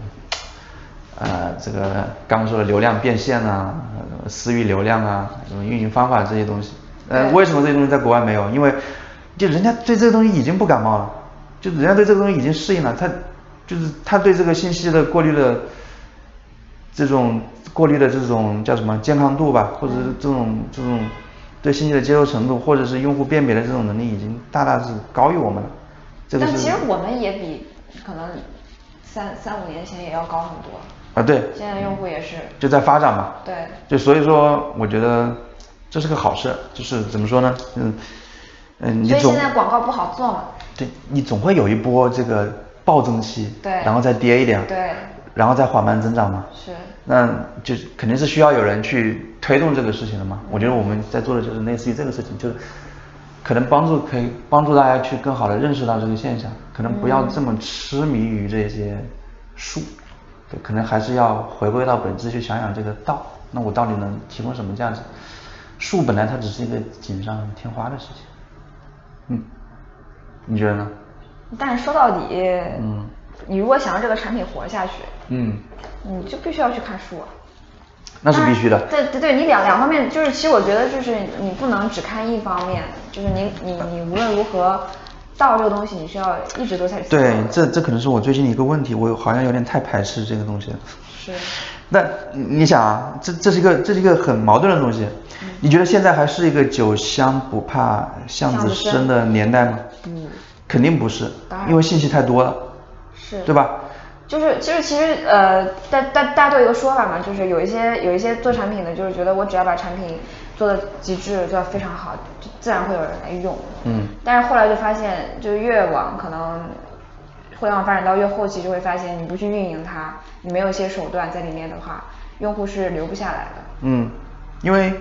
Speaker 2: 呃，这个刚刚说的流量变现啊、呃私域流量啊、什么运营方法这些东西。呃，
Speaker 1: 对
Speaker 2: 为什么这些东西在国外没有？因为就人家对这个东西已经不感冒了，就人家对这个东西已经适应了，他就是他对这个信息的过滤的这种过滤的这种叫什么健康度吧，或者是这种这种对信息的接受程度，或者是用户辨别的这种能力，已经大大是高于我们了。这个
Speaker 1: 但
Speaker 2: 是
Speaker 1: 其实我们也比可能三三五年前也要高很多，
Speaker 2: 啊对，
Speaker 1: 现在用户也是
Speaker 2: 就在发展嘛。
Speaker 1: 对
Speaker 2: 就所以说，我觉得这是个好事，就是怎么说呢？嗯嗯，你
Speaker 1: 所以
Speaker 2: 总
Speaker 1: 现在广告不好做嘛，
Speaker 2: 对你总会有一波这个暴增期，
Speaker 1: 对
Speaker 2: 然后再跌一点，
Speaker 1: 对
Speaker 2: 然后再缓慢增长嘛。
Speaker 1: 是
Speaker 2: 那就肯定是需要有人去推动这个事情的嘛。我觉得我们在做的就是类似于这个事情，就是可能帮助可以帮助大家去更好的认识到这个现象，可能不要这么痴迷于这些术，对，可能还是要回归到本质去想想这个道，那我到底能提供什么价值？树本来它只是一个锦上添花的事情，嗯，你觉得呢？
Speaker 1: 但是说到底，
Speaker 2: 嗯
Speaker 1: 你如果想让这个产品活下去，
Speaker 2: 嗯，
Speaker 1: 你就必须要去看书啊。
Speaker 2: 那是必须的。
Speaker 1: 啊对对对，你两两方面就是，其实我觉得就是你不能只看一方面，就是你你
Speaker 2: 呃
Speaker 1: 你无论如何到这个东西，你是要一直都在思考
Speaker 2: 对
Speaker 1: 的，
Speaker 2: 这这可能是我最近的一个问题，我好像有点太排斥这个东西了。
Speaker 1: 是
Speaker 2: 那你你想啊，这这是一个这是一个很矛盾的东西。你觉得现在还是一个酒香不怕巷子深的年代吗？
Speaker 1: 嗯，
Speaker 2: 肯定不是
Speaker 1: 当，然
Speaker 2: 因为信息太多了，
Speaker 1: 是，
Speaker 2: 对？吧？
Speaker 1: 就是就是其实呃，大大大家都有一个说法嘛，就是有一些有一些做产品的，就是觉得我只要把产品做的极致，做的非常好，就自然会有人来用。
Speaker 2: 嗯
Speaker 1: 但是后来就发现，就是越往可能互联网发展到越后期，就会发现你不去运营它，你没有一些手段在里面的话，用户是留不下来的。
Speaker 2: 嗯，因为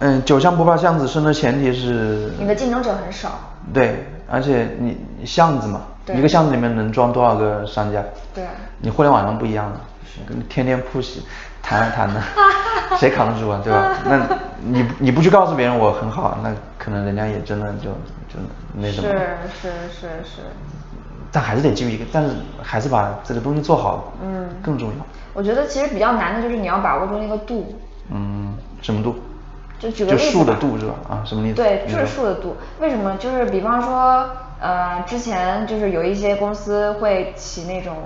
Speaker 2: 嗯、酒香不怕巷子深的前提是
Speaker 1: 你的竞争者很少，
Speaker 2: 对，而且你你巷子嘛，
Speaker 1: 对
Speaker 2: 一个巷子里面能装多少个商家？
Speaker 1: 对
Speaker 2: 你互联网上不一样了，你天天 push，谈啊 谈的，谁扛得住啊，对吧？那你你不去告诉别人我很好，啊那可能人家也真的就就那
Speaker 1: 是
Speaker 2: 什么。
Speaker 1: 是是是，
Speaker 2: 但还是得基于一个，但是还是把这个东西做好，
Speaker 1: 嗯
Speaker 2: 更重要。
Speaker 1: 我觉得其实比较难的就是你要把握住那个度，
Speaker 2: 嗯，什么度？
Speaker 1: 就举个例子吧
Speaker 2: 数的度是吧？啊，什么意思？
Speaker 1: 对，
Speaker 2: 你
Speaker 1: 就是
Speaker 2: 说
Speaker 1: 数的度。为什么？就是比方说，呃，之前就是有一些公司会起那种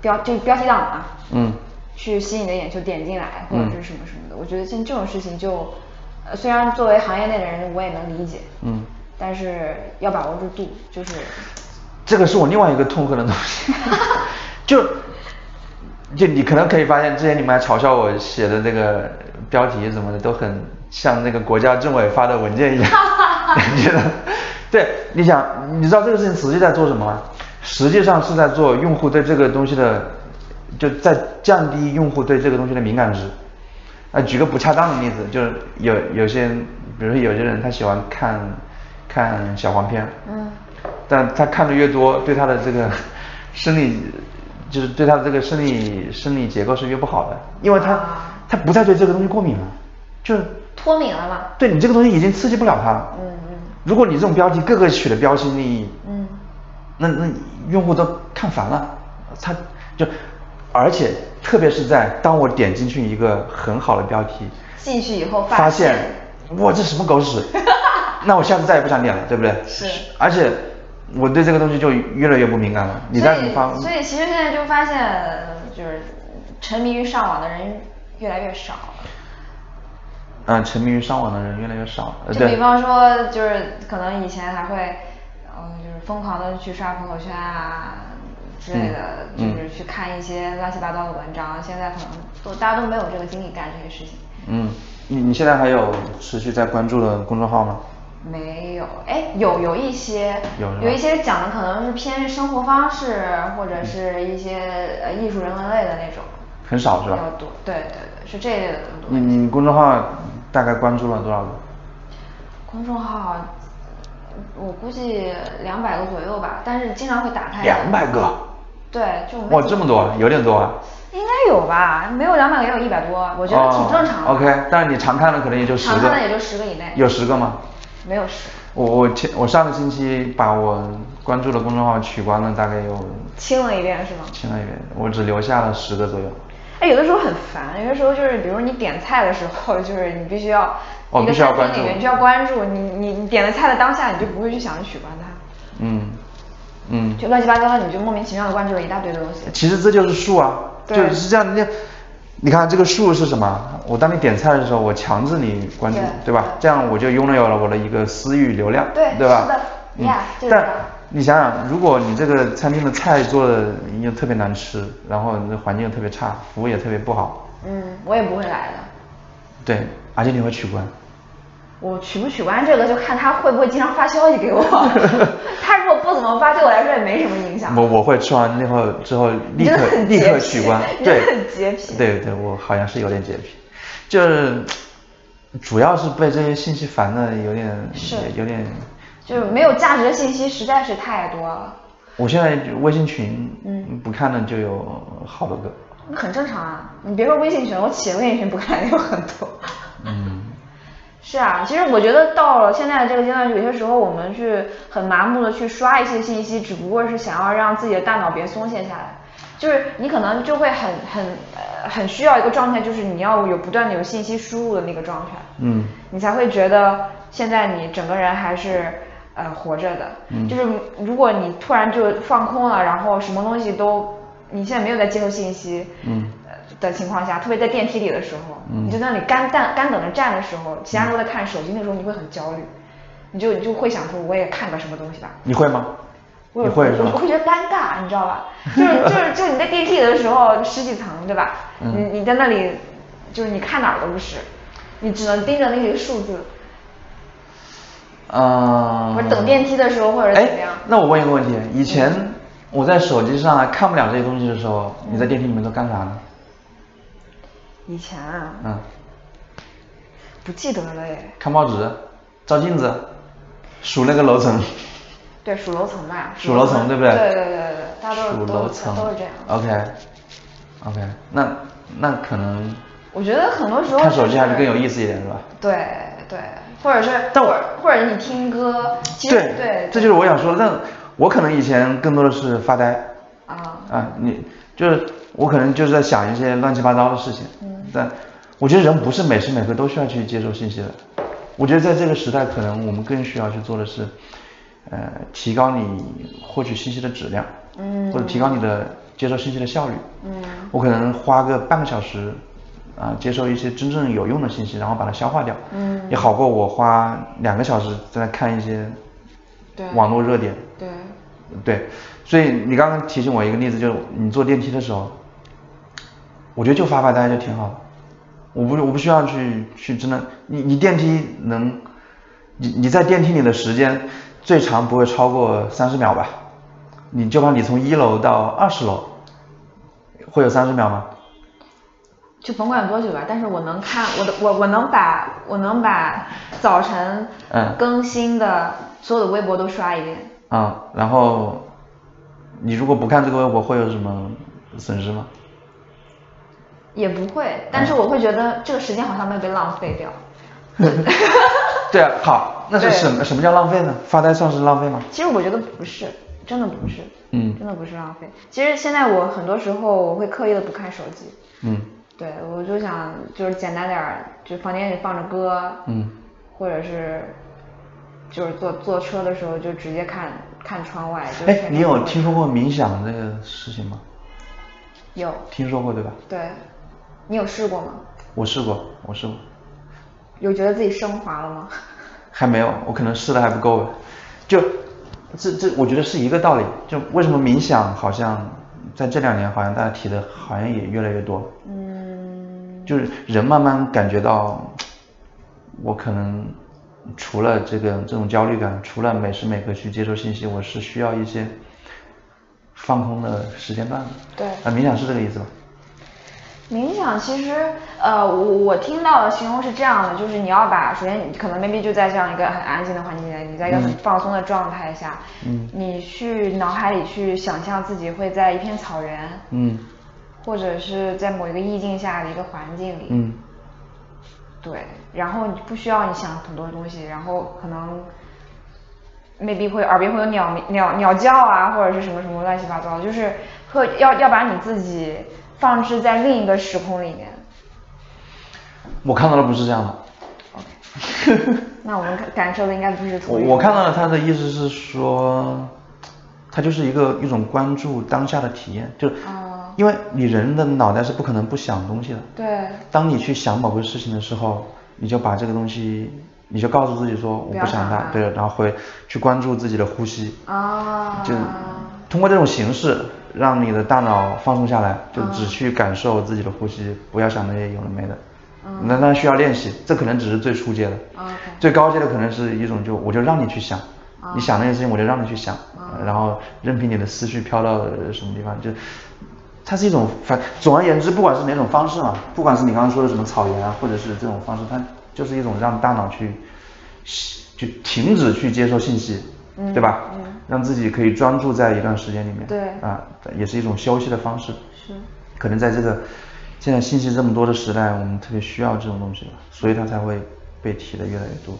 Speaker 1: 标，就是标题党嘛，
Speaker 2: 嗯
Speaker 1: 去吸引你的眼球点进来，或者
Speaker 2: 嗯
Speaker 1: 是什么什么的。我觉得像这种事情就，呃，虽然作为行业内的人，我也能理解，
Speaker 2: 嗯，
Speaker 1: 但是要把握住度，就是
Speaker 2: 这个是我另外一个痛恨的东西，就就你可能可以发现，之前你们还嘲笑我写的这个标题什么的都很像那个国家政委发的文件一样，你觉得？对，你想，你知道这个事情实际在做什么吗？实际上是在做用户对这个东西的，就在降低用户对这个东西的敏感值。啊，举个不恰当的例子，就是有有些人，比如说有些人他喜欢看看小黄片，
Speaker 1: 嗯，
Speaker 2: 但他看的越多，对他的这个 生理，就是对他的这个生理生理结构是越不好的，因为他
Speaker 1: 啊
Speaker 2: 他不再对这个东西过敏了，就是
Speaker 1: 脱敏了嘛。
Speaker 2: 对你这个东西已经刺激不了他了。
Speaker 1: 嗯嗯
Speaker 2: 如果你这种标题各个取的标新立异，
Speaker 1: 嗯，
Speaker 2: 那那用户都看烦了，他就而且特别是在当我点进去一个很好的标题，
Speaker 1: 进去以后
Speaker 2: 发
Speaker 1: 现
Speaker 2: 现，哇，这什么 狗屎，那我下次再也不想点了，对不对？
Speaker 1: 是
Speaker 2: 而且我对这个东西就越来越不敏感了。你再
Speaker 1: 所以
Speaker 2: 发，
Speaker 1: 所以其实现在就发现，就是沉迷于上网的人越来越少了。
Speaker 2: 嗯、沉迷于上网的人越来越少。呃
Speaker 1: 就
Speaker 2: 对
Speaker 1: 比，方说，就是可能以前还会，嗯、就是疯狂的去刷朋友圈啊之类的，
Speaker 2: 嗯
Speaker 1: 就
Speaker 2: 嗯
Speaker 1: 是去看一些乱七八糟的文章。现在可能都大家都没有这个精力干这些事情。
Speaker 2: 嗯，你你现在还有持续在关注的公众号吗？
Speaker 1: 没有，哎，有有一些，
Speaker 2: 有是吧
Speaker 1: 一些讲的可能是偏生活方式，或者是一些呃艺术人文类的那种，
Speaker 2: 很少是吧嗯
Speaker 1: 比较多，对对对，是这一类的更多。
Speaker 2: 你你公众号大概关注了多少个？
Speaker 1: 公众号，呃我估计两百个左右吧，但是经常会打开。
Speaker 2: 200个
Speaker 1: 对，就没
Speaker 2: 哇，这么多，有点多啊。
Speaker 1: 应该有吧？没有两百个也有一百多，我觉得挺正常的。
Speaker 2: 哦 OK，但是你常看的可能也就十个。
Speaker 1: 常看的也就10个以内
Speaker 2: 有十个吗？
Speaker 1: 没有十，
Speaker 2: 我我前我上个星期把我关注的公众号取关了，大概有
Speaker 1: 清了一遍是吗？
Speaker 2: 现在也我只留下了十个左右。
Speaker 1: 哎，有的时候很烦，有的时候就是，比如你点菜的时候， 就是你必须要
Speaker 2: 哦
Speaker 1: 一个
Speaker 2: 必须要
Speaker 1: 餐厅里
Speaker 2: 关注
Speaker 1: 面就要关注你，你你点了菜的当下，你就不会去想着取关它，
Speaker 2: 嗯嗯，
Speaker 1: 就乱七八糟的，你就莫名其妙的关注了一大堆的东西。
Speaker 2: 其实这就是数啊，
Speaker 1: 对
Speaker 2: 就是这样。你你看这个数是什么？我当你点菜的时候，我强制你关注，
Speaker 1: 对
Speaker 2: 对吧？这样我就拥有了我的一个私域流量，
Speaker 1: 对
Speaker 2: 对吧？
Speaker 1: 是的
Speaker 2: 嗯
Speaker 1: yeah，就是
Speaker 2: 但
Speaker 1: 的
Speaker 2: 你想想，如果你这个餐厅的菜做的又特别难吃，然后你的环境又特别差，服务也特别不好，
Speaker 1: 嗯，我也不会来的。
Speaker 2: 对，而且你会取关。
Speaker 1: 我取不取关这个，就看他会不会经常发消息给 我。他如果不怎么发，对我来说也没什么影响。
Speaker 2: 我我会吃完那后之后立
Speaker 1: 你真
Speaker 2: 刻
Speaker 1: 的很
Speaker 2: 立刻
Speaker 1: 洁
Speaker 2: 取
Speaker 1: 癖
Speaker 2: 关，
Speaker 1: 你真
Speaker 2: 对
Speaker 1: 的，很洁癖
Speaker 2: 对对，我好像是有点洁癖，就是主要是被这些信息烦的有点
Speaker 1: 是
Speaker 2: 也有点。
Speaker 1: 就是没有价值的信息实在是太多了，
Speaker 2: 我现在就微信群
Speaker 1: 嗯
Speaker 2: 不看的就有好多个，
Speaker 1: 很正常啊。你别说微信群，我企业微信群不看也有很多。
Speaker 2: 嗯，
Speaker 1: 是啊，其实我觉得到了现在这个阶段，有些时候我们去很麻木的去刷一些信息，只不过是想要让自己的大脑别松懈下来。就是你可能就会很很呃很需要一个状态，就是你要有不断的有信息输入的那个状态，
Speaker 2: 嗯
Speaker 1: 你才会觉得现在你整个人还是呃活着的。
Speaker 2: 嗯
Speaker 1: 就是如果你突然就放空了，然后什么东西都你现在没有在接受信息，
Speaker 2: 嗯
Speaker 1: 呃的情况下，特别在电梯里的时候，
Speaker 2: 嗯
Speaker 1: 你就在那里干站干等着站的时候，其他人都在看手机，那时候你会很焦虑，你就你就会想说我也看个什么东西吧。
Speaker 2: 你会吗？
Speaker 1: 我
Speaker 2: 你
Speaker 1: 有
Speaker 2: 会是
Speaker 1: 我
Speaker 2: 吧
Speaker 1: 我？会觉得尴尬，你知道吧？就是就是就是你在电梯里的时候，十几层对吧？
Speaker 2: 嗯
Speaker 1: 你你在那里，就是你看哪儿都是，你只能盯着那个数字，
Speaker 2: 嗯。
Speaker 1: 或者等电梯的时候或者怎么样
Speaker 2: 哎，那我问一个问题，以前我在手机上看不了这些东西的时候，
Speaker 1: 嗯
Speaker 2: 你在电梯里面都干啥呢？
Speaker 1: 以前啊，
Speaker 2: 嗯，
Speaker 1: 不记得了耶。
Speaker 2: 看报纸，照镜子，数那个楼层。
Speaker 1: 对，数楼层吧，
Speaker 2: 数楼层对不对？
Speaker 1: 对对对对对，大家都是
Speaker 2: 数
Speaker 1: 都
Speaker 2: 楼
Speaker 1: 是
Speaker 2: 层
Speaker 1: 都是这样。
Speaker 2: OK OK，那那可能
Speaker 1: 我觉得很多时候
Speaker 2: 看
Speaker 1: 就
Speaker 2: 手机还是
Speaker 1: 是
Speaker 2: 更有意思一点，是吧？
Speaker 1: 对对，或者是，
Speaker 2: 但我
Speaker 1: 或者或者你听歌，其实
Speaker 2: 对
Speaker 1: 对，
Speaker 2: 这就是我想说的。但我可能以前更多的是发呆
Speaker 1: 啊，
Speaker 2: 啊，你就是我可能就是在想一些乱七八糟的事情。嗯，但我觉得人不是每时每刻都需要去接受信息的。我觉得在这个时代，可能我们更需要去做的是，呃，提高你获取信息的质量，
Speaker 1: 嗯
Speaker 2: 或者提高你的接受信息的效率。
Speaker 1: 嗯
Speaker 2: 我可能花个半个小时，啊、接受一些真正有用的信息，然后把它消化掉，
Speaker 1: 嗯
Speaker 2: 也好过我花两个小时在那看一些
Speaker 1: 对
Speaker 2: 网络热点，
Speaker 1: 对，
Speaker 2: 对，所以你刚刚提醒我一个例子，就是你坐电梯的时候，我觉得就发发呆就挺好的，我不我不需要去去真的，你你电梯能，你你在电梯里的时间最长不会超过三十秒吧？你就怕你从一楼到二十楼，会有三十秒吗？
Speaker 1: 就甭管多久吧，但是我能看，我的我我能把我能把早晨
Speaker 2: 嗯
Speaker 1: 更新的所有的微博都刷一遍，
Speaker 2: 啊、然后你如果不看这个微博会有什么损失吗？
Speaker 1: 也不会，但
Speaker 2: 嗯
Speaker 1: 是我会觉得这个时间好像没有被浪费掉。
Speaker 2: 对啊，好，那是
Speaker 1: 对
Speaker 2: 什么什么叫浪费呢？发呆算是浪费吗？
Speaker 1: 其实我觉得不是，真的不是，
Speaker 2: 嗯
Speaker 1: 真的不是浪费。其实现在我很多时候我会刻意的不看手机，
Speaker 2: 嗯
Speaker 1: 对我就想就是简单点儿，就房间里放着歌，
Speaker 2: 嗯，
Speaker 1: 或者是就是坐坐车的时候就直接看看窗外，就是
Speaker 2: 哎，
Speaker 1: 看
Speaker 2: 你有
Speaker 1: 窗外
Speaker 2: 听说过冥想这个事情吗？
Speaker 1: 有，
Speaker 2: 听说过对吧？
Speaker 1: 对，你有试过吗？
Speaker 2: 我试过，我试过，
Speaker 1: 有觉得自己升华了吗？
Speaker 2: 还没有，我可能试的还不够吧。就这这，我觉得是一个道理。就为什么冥想好像在这两年好像大家提的好像也越来越多了。
Speaker 1: 嗯，
Speaker 2: 就是人慢慢感觉到，我可能除了这个这种焦虑感，除了每时每刻去接受信息，我是需要一些放空的时间段的。
Speaker 1: 对
Speaker 2: 啊，冥想是这个意思吧？
Speaker 1: 冥想其实，呃，我我听到的形容是这样的，就是你要把，首先你可能 maybe 就在这样一个很安静的环境里，你在一个很
Speaker 2: 嗯
Speaker 1: 放松的状态下，
Speaker 2: 嗯
Speaker 1: 你去脑海里去想象自己会在一片草原，
Speaker 2: 嗯
Speaker 1: 或者是在某一个意境下的一个环境里，
Speaker 2: 嗯
Speaker 1: 对，然后你不需要你想很多东西，然后可能 maybe 会耳边会有鸟鸣鸟鸟叫啊，或者是什么什么乱七八糟的，就是会要要把你自己放置在另一个时空里面。
Speaker 2: 我看到的不是这样的。
Speaker 1: 那我们感感受的应该不是
Speaker 2: 我
Speaker 1: 同一个
Speaker 2: 我看到了他的意思是说，他就是一个一种关注当下的体验，就是
Speaker 1: 哦
Speaker 2: 因为你人的脑袋是不可能不想东西的。
Speaker 1: 对
Speaker 2: 当你去想某个事情的时候，你就把这个东西，你就告诉自己说我
Speaker 1: 不
Speaker 2: 不
Speaker 1: 要
Speaker 2: 想
Speaker 1: 想
Speaker 2: 它
Speaker 1: 它，
Speaker 2: 对，然后回去关注自己的呼吸，
Speaker 1: 啊，
Speaker 2: 就通过这种形式让你的大脑放松下来，就只去感受自己的呼吸，不要想那些有的没的。那那需要练习，这可能只是最初阶的。
Speaker 1: 嗯哦 OK
Speaker 2: 最高阶的可能是一种就我就让你去想，
Speaker 1: 啊
Speaker 2: 你想那些事情我就让你去想，呃然后任凭你的思绪飘到呃什么地方，就它是一种反总而言之，不管是哪种方式嘛，不管是你刚刚说的什么草原啊，或者是这种方式，它就是一种让大脑去就停止去接受信息，
Speaker 1: 嗯
Speaker 2: 对吧？
Speaker 1: 嗯
Speaker 2: 让自己可以专注在一段时间里面，
Speaker 1: 对
Speaker 2: 啊，也是一种休息的方式。
Speaker 1: 是
Speaker 2: 可能在这个现在信息这么多的时代，我们特别需要这种东西吧，所以它才会被提的越来越多。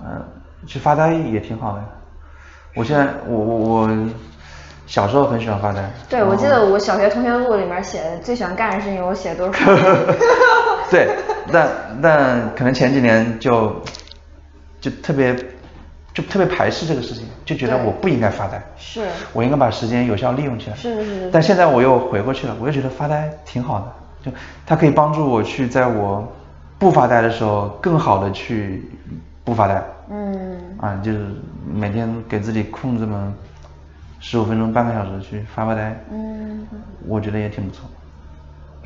Speaker 2: 呃嗯、去发呆也挺好的。我现在我我我小时候很喜欢发呆。
Speaker 1: 对，我记得我小学同学录里面写的最喜欢干的事情，我写 都是 发呆。
Speaker 2: 对，但但可能前几年就就特别就特别排斥这个事情，就觉得
Speaker 1: 对
Speaker 2: 我不应该发呆，
Speaker 1: 是
Speaker 2: 我应该把时间有效利用起来。
Speaker 1: 是是是是
Speaker 2: 但现在我又回过去了，我又觉得发呆挺好的，就它可以帮助我去在我不发呆的时候，更好的去不发呆。
Speaker 1: 嗯
Speaker 2: 啊，就是每天给自己空这么十五分钟、半个小时去发发呆。
Speaker 1: 嗯，
Speaker 2: 我觉得也挺不错。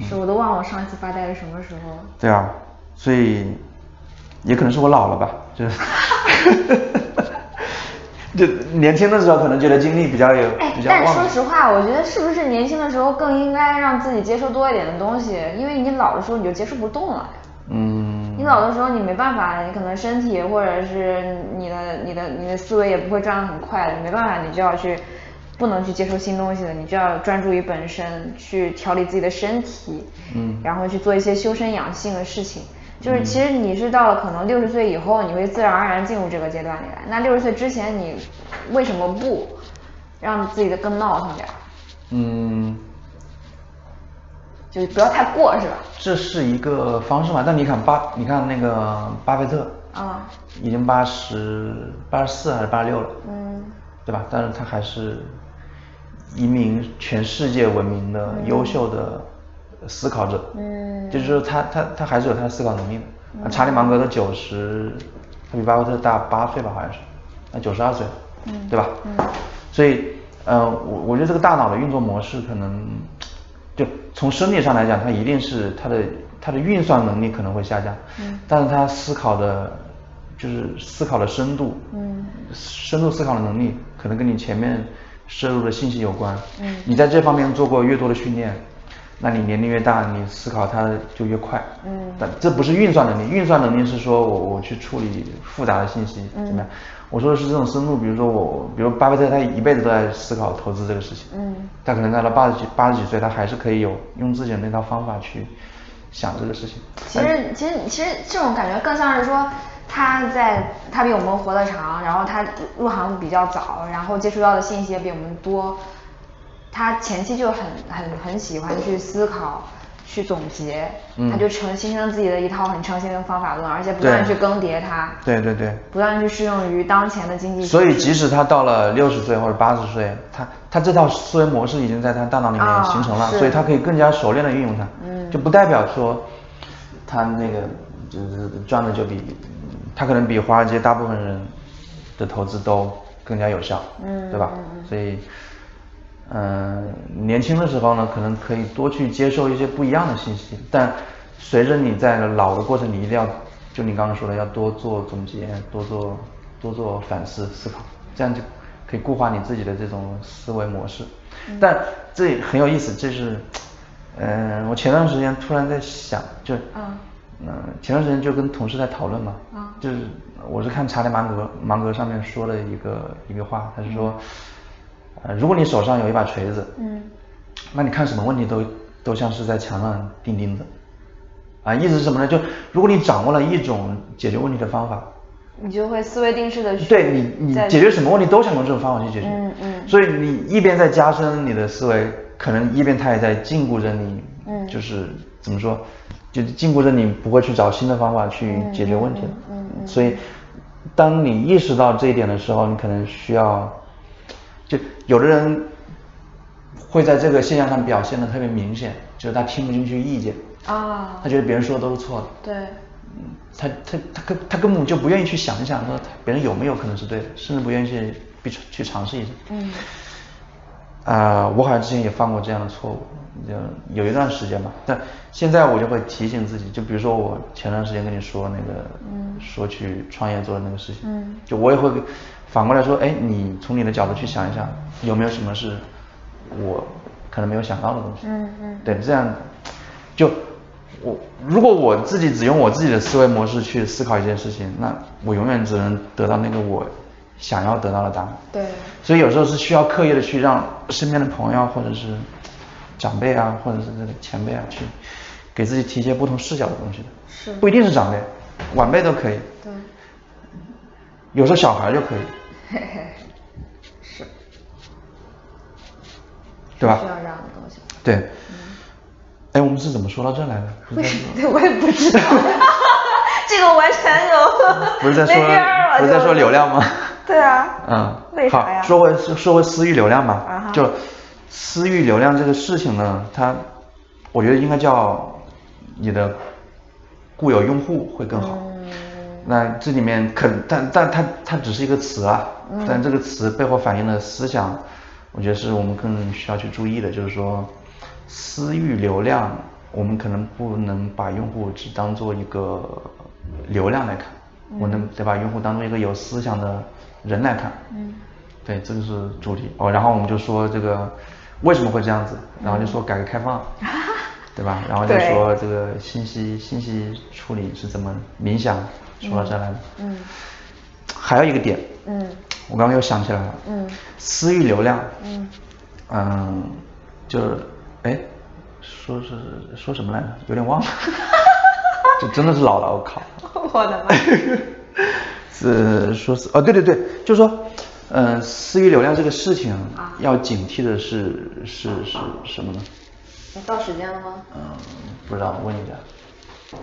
Speaker 1: 是我都忘了我上一次发呆是什么时候。
Speaker 2: 对啊，所以也可能是我老了吧，就是就年轻的时候可能觉得精力比较有
Speaker 1: 哎
Speaker 2: 比，较
Speaker 1: 但
Speaker 2: 旺。
Speaker 1: 说实话，我觉得是不是年轻的时候更应该让自己接触多一点的东西？因为你老的时候你就接触不动了呀。
Speaker 2: 嗯，
Speaker 1: 你老的时候你没办法，你可能身体或者是你的你的你的思维也不会转得很快，你没办法，你就要去不能去接受新东西了，你就要专注于本身，去调理自己的身体，
Speaker 2: 嗯
Speaker 1: 然后去做一些修身养性的事情。就是其实你是到了可能六十岁以后，你会自然而然进入这个阶段里来。那六十岁之前，你为什么不让自己的更闹腾点儿？
Speaker 2: 嗯，
Speaker 1: 就不要太过，是吧？
Speaker 2: 这是一个方式嘛？但你看巴，你看那个巴菲特，
Speaker 1: 啊、
Speaker 2: 已经八十八十四还是八十六了，
Speaker 1: 嗯，
Speaker 2: 对吧？但是他还是一名全世界闻名的优秀的思考者，
Speaker 1: 嗯
Speaker 2: 就是说他他他还是有他的思考能力的。那查理芒格都九十，他比巴菲特大八岁吧，好像是，那九十二岁了，
Speaker 1: 嗯
Speaker 2: 对吧？
Speaker 1: 嗯
Speaker 2: 所以，呃，我我觉得这个大脑的运作模式可能，就从生理上来讲，它一定是它的它的运算能力可能会下降，
Speaker 1: 嗯
Speaker 2: 但是它思考的，就是思考的深度，
Speaker 1: 嗯
Speaker 2: 深度思考的能力可能跟你前面摄入的信息有关，
Speaker 1: 嗯
Speaker 2: 你在这方面做过越多的训练，那你年龄越大，你思考它就越快，
Speaker 1: 嗯
Speaker 2: 但这不是运算能力，运算能力是说我我去处理复杂的信息
Speaker 1: 嗯
Speaker 2: 怎么样？我说的是这种深度，比如说我，比如巴菲特他一辈子都在思考投资这个事情，
Speaker 1: 嗯
Speaker 2: 他可能到了八十几八十几岁，他还是可以有用自己的那套方法去想这个事情。
Speaker 1: 其
Speaker 2: 哎
Speaker 1: 实，其实，其实这种感觉更像是说，他在他比我们活得长，然后他入行比较早，然后接触到的信息也比我们多。他前期就很很很喜欢去思考，去总结，
Speaker 2: 嗯
Speaker 1: 他就成形成自己的一套很成型的方法论，而且不
Speaker 2: 对
Speaker 1: 断地去更迭它，
Speaker 2: 对对对，
Speaker 1: 不断地去适用于当前的经济形势。
Speaker 2: 所以即使他到了六十岁或者八十岁，他他这套思维模式已经在他大脑里
Speaker 1: 啊
Speaker 2: 面形成了，
Speaker 1: 是
Speaker 2: 所以他可以更加熟练的运用它。
Speaker 1: 嗯
Speaker 2: 就不代表说他那个就是赚的就比他可能比华尔街大部分人的投资都更加有效，
Speaker 1: 嗯
Speaker 2: 对吧
Speaker 1: 嗯嗯？
Speaker 2: 所以。嗯、年轻的时候呢，可能可以多去接受一些不一样的信息，但随着你在老的过程，你一定要，就你刚刚说的，要多做总结，多做多做反思思考，这样就可以固化你自己的这种思维模式。但这也很有意思，这是，嗯、我前段时间突然在想，就，
Speaker 1: 嗯
Speaker 2: 嗯、前段时间就跟同事在讨论嘛，
Speaker 1: 嗯
Speaker 2: 就是我是看查理芒格芒格上面说的一个一个话，他是说，呃，如果你手上有一把锤子，
Speaker 1: 嗯，
Speaker 2: 那你看什么问题都都像是在墙上钉钉子，啊，意思是什么呢？就如果你掌握了一种解决问题的方法，
Speaker 1: 你就会思维定式的去
Speaker 2: 对你，你
Speaker 1: 在
Speaker 2: 解决什么问题都想用这种方法去解决。
Speaker 1: 嗯嗯
Speaker 2: 所以你一边在加深你的思维，可能一边他也在禁锢着你。
Speaker 1: 嗯
Speaker 2: 就是怎么说，就禁锢着你不会去找新的方法去解决问题了。
Speaker 1: 嗯嗯嗯嗯
Speaker 2: 所以，当你意识到这一点的时候，你可能需要，就有的人会在这个现象上表现的特别明显，就是他听不进去意见，
Speaker 1: 啊
Speaker 2: 他，觉得别人说的都是错的。
Speaker 1: 对，
Speaker 2: 嗯，他他他根他根本就不愿意去想一想说他别人有没有可能是对的，甚至不愿意去去去尝试一下。
Speaker 1: 嗯
Speaker 2: 啊、我好像之前也犯过这样的错误，就有一段时间吧。但现在我就会提醒自己，就比如说我前段时间跟你说那个，
Speaker 1: 嗯
Speaker 2: 说去创业做的那个事情，
Speaker 1: 嗯
Speaker 2: 就我也会反过来说，哎，你从你的角度去想一想，有没有什么是我可能没有想到的东西？
Speaker 1: 嗯嗯
Speaker 2: 对，这样就我如果我自己只用我自己的思维模式去思考一件事情，那我永远只能得到那个我想要得到的答案。
Speaker 1: 对
Speaker 2: 所以有时候是需要刻意的去让身边的朋友或者是长辈啊，或者是这个前辈啊，去给自己提一些不同视角的东西的。
Speaker 1: 是
Speaker 2: 不一定是长辈，晚辈都可以。
Speaker 1: 对，
Speaker 2: 有时候小孩就可以。
Speaker 1: 嘿嘿，是。
Speaker 2: 对吧
Speaker 1: 需要这样的东西。
Speaker 2: 对。哎，我们是怎么说到 这来的？
Speaker 1: 为什么？对我也不知道， 这个完全有
Speaker 2: 不是在说
Speaker 1: 没边儿了
Speaker 2: 不是在说流量吗？
Speaker 1: 对啊。
Speaker 2: 嗯，
Speaker 1: 为
Speaker 2: 好
Speaker 1: 啥呀？，
Speaker 2: 说回说回私域流量吧，
Speaker 1: 啊哈
Speaker 2: 就私域流量这个事情呢，它我觉得应该叫你的固有用户会更好。
Speaker 1: 嗯
Speaker 2: 那这里面肯，但但它它只是一个词啊，
Speaker 1: 嗯
Speaker 2: 但这个词背后反映的思想，我觉得是我们更需要去注意的，就是说私域流量，我们可能不能把用户只当做一个流量来看，我们得把用户当做一个有思想的人来看。
Speaker 1: 嗯
Speaker 2: 对，这个是主题哦。然后我们就说这个为什么会这样子，然后就说改革开 放，对吧？然后就
Speaker 1: 嗯对
Speaker 2: 说这个信息信息处理是怎么冥想，说到这来的。
Speaker 1: 嗯
Speaker 2: 还有一个点，
Speaker 1: 嗯
Speaker 2: 我刚刚又想起来了，
Speaker 1: 嗯
Speaker 2: 私域流量，
Speaker 1: 嗯
Speaker 2: 嗯，就是哎，说是说什么来着？有点 忘了，这真的是老了，我靠。
Speaker 1: 我的妈！
Speaker 2: 是说是哦，对对对，就是说，呃，私域流量这个事情
Speaker 1: 啊
Speaker 2: 要警惕的是是是什么呢？
Speaker 1: 你到时间了吗？
Speaker 2: 嗯，不知道，问一下。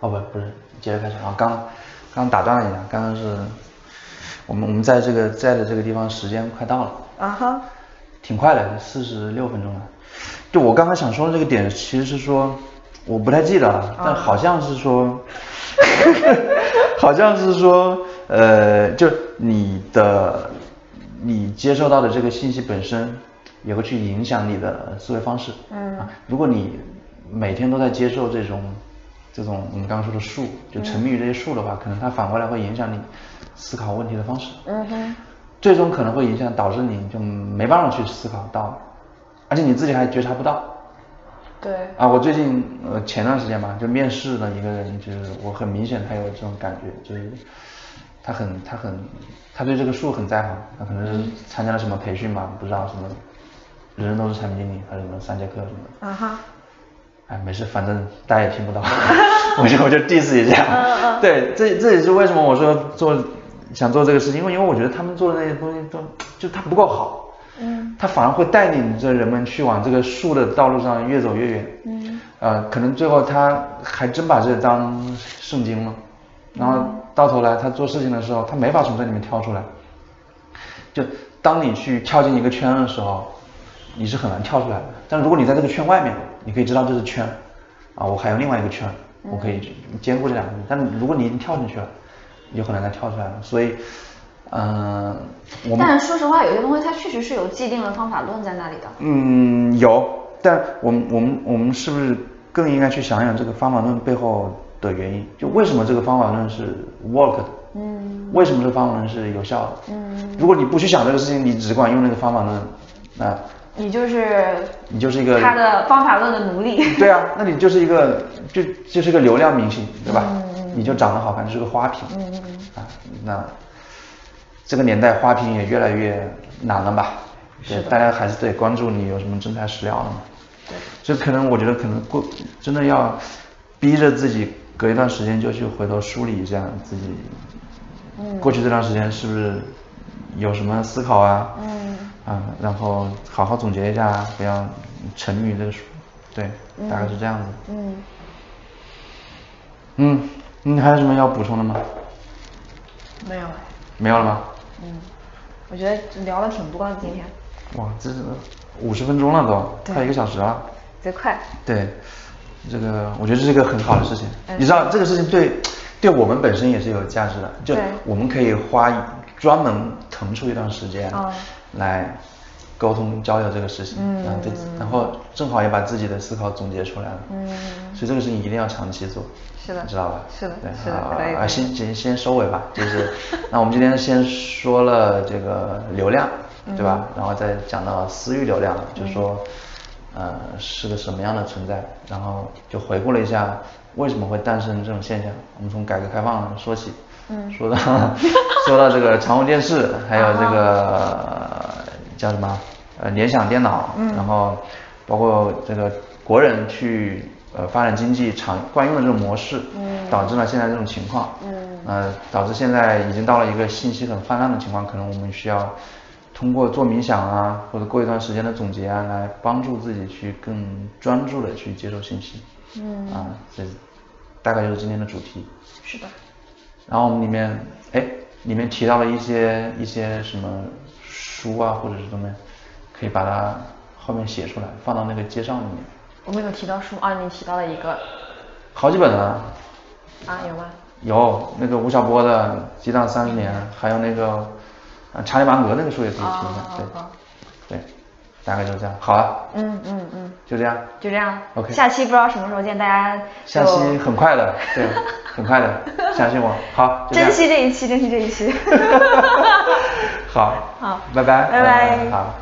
Speaker 2: 哦不，不是，接着开始啊，刚刚打断了一下，刚刚是我们我们在这个在的这个地方时间快到了，
Speaker 1: 啊哈。
Speaker 2: 挺快的，四十六分钟了。就我刚刚想说的这个点，其实是说我不太记得了，但好像是说， 好像是说，呃，就你的你接受到的这个信息本身，也会去影响你的思维方式。
Speaker 1: 嗯
Speaker 2: 啊，如果你每天都在接受这种这种我们刚刚说的术，就沉迷于这些术的话，可能它反过来会影响你思考问题的方式。
Speaker 1: 嗯哼。
Speaker 2: 最终可能会影响导致你就没办法去思考到，而且你自己还觉察不到。
Speaker 1: 对。
Speaker 2: 啊，我最近呃前段时间吧，就面试了一个人，就是我很明显他有这种感觉，就是他很他很他对这个术很在行，他可能是
Speaker 1: 嗯
Speaker 2: 参加了什么培训吧，不知道什么，人人都是产品经理还是什么三节课什么的。
Speaker 1: 啊哈。
Speaker 2: 哎，没事，反正大家也听不到， 我就我就 diss 一下。对，这这也是为什么我说做想做这个事情，因为因为我觉得他们做的那些东西都就它不够好，
Speaker 1: 嗯
Speaker 2: 它反而会带领着人们去往这个树的道路上越走越远。
Speaker 1: 嗯。
Speaker 2: 呃，可能最后他还真把这当圣经了，然后到头来他做事情的时候，他没法从这里面跳出来。就当你去跳进一个圈的时候，你是很难跳出来的。但如果你在这个圈外面，你可以知道这是圈，啊，我还有另外一个圈，我可以去
Speaker 1: 嗯
Speaker 2: 兼顾这两个。但如果你已经跳进去了，你就很难再跳出来了。所以，嗯、我们
Speaker 1: 但是说实话，有些东西它确实是有既定的方法论在那里的。
Speaker 2: 嗯，有，但我们我们我们是不是更应该去想想这个方法论背后的原因？就为什么这个方法论是 work 的？
Speaker 1: 嗯
Speaker 2: 为什么这个方法论是有效的？
Speaker 1: 嗯，
Speaker 2: 如果你不去想这个事情，你只管用那个方法论，那
Speaker 1: 你就是
Speaker 2: 你就是一个
Speaker 1: 他的方法论的奴隶。
Speaker 2: 对啊，那你就是一个就就是一个流量明星，对吧？你就长得好看，就是个花瓶。
Speaker 1: 嗯嗯
Speaker 2: 啊，那这个年代花瓶也越来越难了吧？对，大家还是得关注你有什么真材实料的嘛。
Speaker 1: 对，
Speaker 2: 这可能我觉得可能过真的要逼着自己，隔一段时间就去回头梳理一下自己
Speaker 1: 嗯
Speaker 2: 过去这段时间是不是有什么思考啊？
Speaker 1: 嗯
Speaker 2: 啊，然后好好总结一下啊，不要沉迷于这个书。对，大概是这样子。
Speaker 1: 嗯，
Speaker 2: 嗯，你还有什么要补充的吗？
Speaker 1: 没有哎。
Speaker 2: 没有了吗？
Speaker 1: 嗯，我觉得聊了挺多的今天，
Speaker 2: 哇，这是五十分钟了都，
Speaker 1: 对
Speaker 2: 快一个小时了。
Speaker 1: 贼快。
Speaker 2: 对，这个我觉得这是一个很好的事情。
Speaker 1: 嗯
Speaker 2: 你知道这个事情对对我们本身也是有价值的，就
Speaker 1: 对
Speaker 2: 我们可以花专门腾出一段时间
Speaker 1: 哦
Speaker 2: 来沟通交流这个事情，
Speaker 1: 嗯
Speaker 2: 然后对，然后正好也把自己的思考总结出来了。
Speaker 1: 嗯
Speaker 2: 所以这个事情一定要长期做。
Speaker 1: 是的
Speaker 2: 知道吧？
Speaker 1: 是的
Speaker 2: 对，
Speaker 1: 是的
Speaker 2: 啊
Speaker 1: 可以可
Speaker 2: 啊，
Speaker 1: 以
Speaker 2: 先先先收尾吧，就是， 那我们今天先说了这个流量，对
Speaker 1: 嗯
Speaker 2: 吧？然后再讲到私域流量，就说，呃，是个什么样的存在，然后就回顾了一下为什么会诞生这种现象。我们从改革开放说起，
Speaker 1: 嗯
Speaker 2: 说到 说到这个常用电视，还有这个叫什么呃联想电脑，
Speaker 1: 哦嗯
Speaker 2: 然后包括这个国人去呃发展经济常惯用的这种模式，
Speaker 1: 嗯
Speaker 2: 导致了现在这种情况，
Speaker 1: 嗯
Speaker 2: 呃，导致现在已经到了一个信息很泛滥的情况，可能我们需要。通过做冥想啊，或者过一段时间的总结啊，来帮助自己去更专注的去接受信息。
Speaker 1: 嗯
Speaker 2: 啊，这大概就是今天的主题。
Speaker 1: 是的，
Speaker 2: 然后我们里面，哎，里面提到了一些一些什么书啊，或者是什么，可以把它后面写出来，放到那个介绍里面，
Speaker 3: 我们有提到书啊，你提到了一个
Speaker 2: 好几本啊，
Speaker 3: 啊，有吗？
Speaker 2: 有那个吴晓波的《激荡三十年》，还有那个啊查理芒格那个书也可以提一下，对、对，大概就这样，好了，
Speaker 3: 嗯嗯嗯，
Speaker 2: 就这样，
Speaker 3: 就这样。
Speaker 2: OK
Speaker 1: 下期不知道什么时候见，大家
Speaker 2: 下期很快的，对，很快的，相信我，好，就这样
Speaker 1: 珍惜这一期，珍惜这一期。
Speaker 2: 好，
Speaker 3: 好
Speaker 2: 拜拜，
Speaker 1: 拜拜
Speaker 2: 好。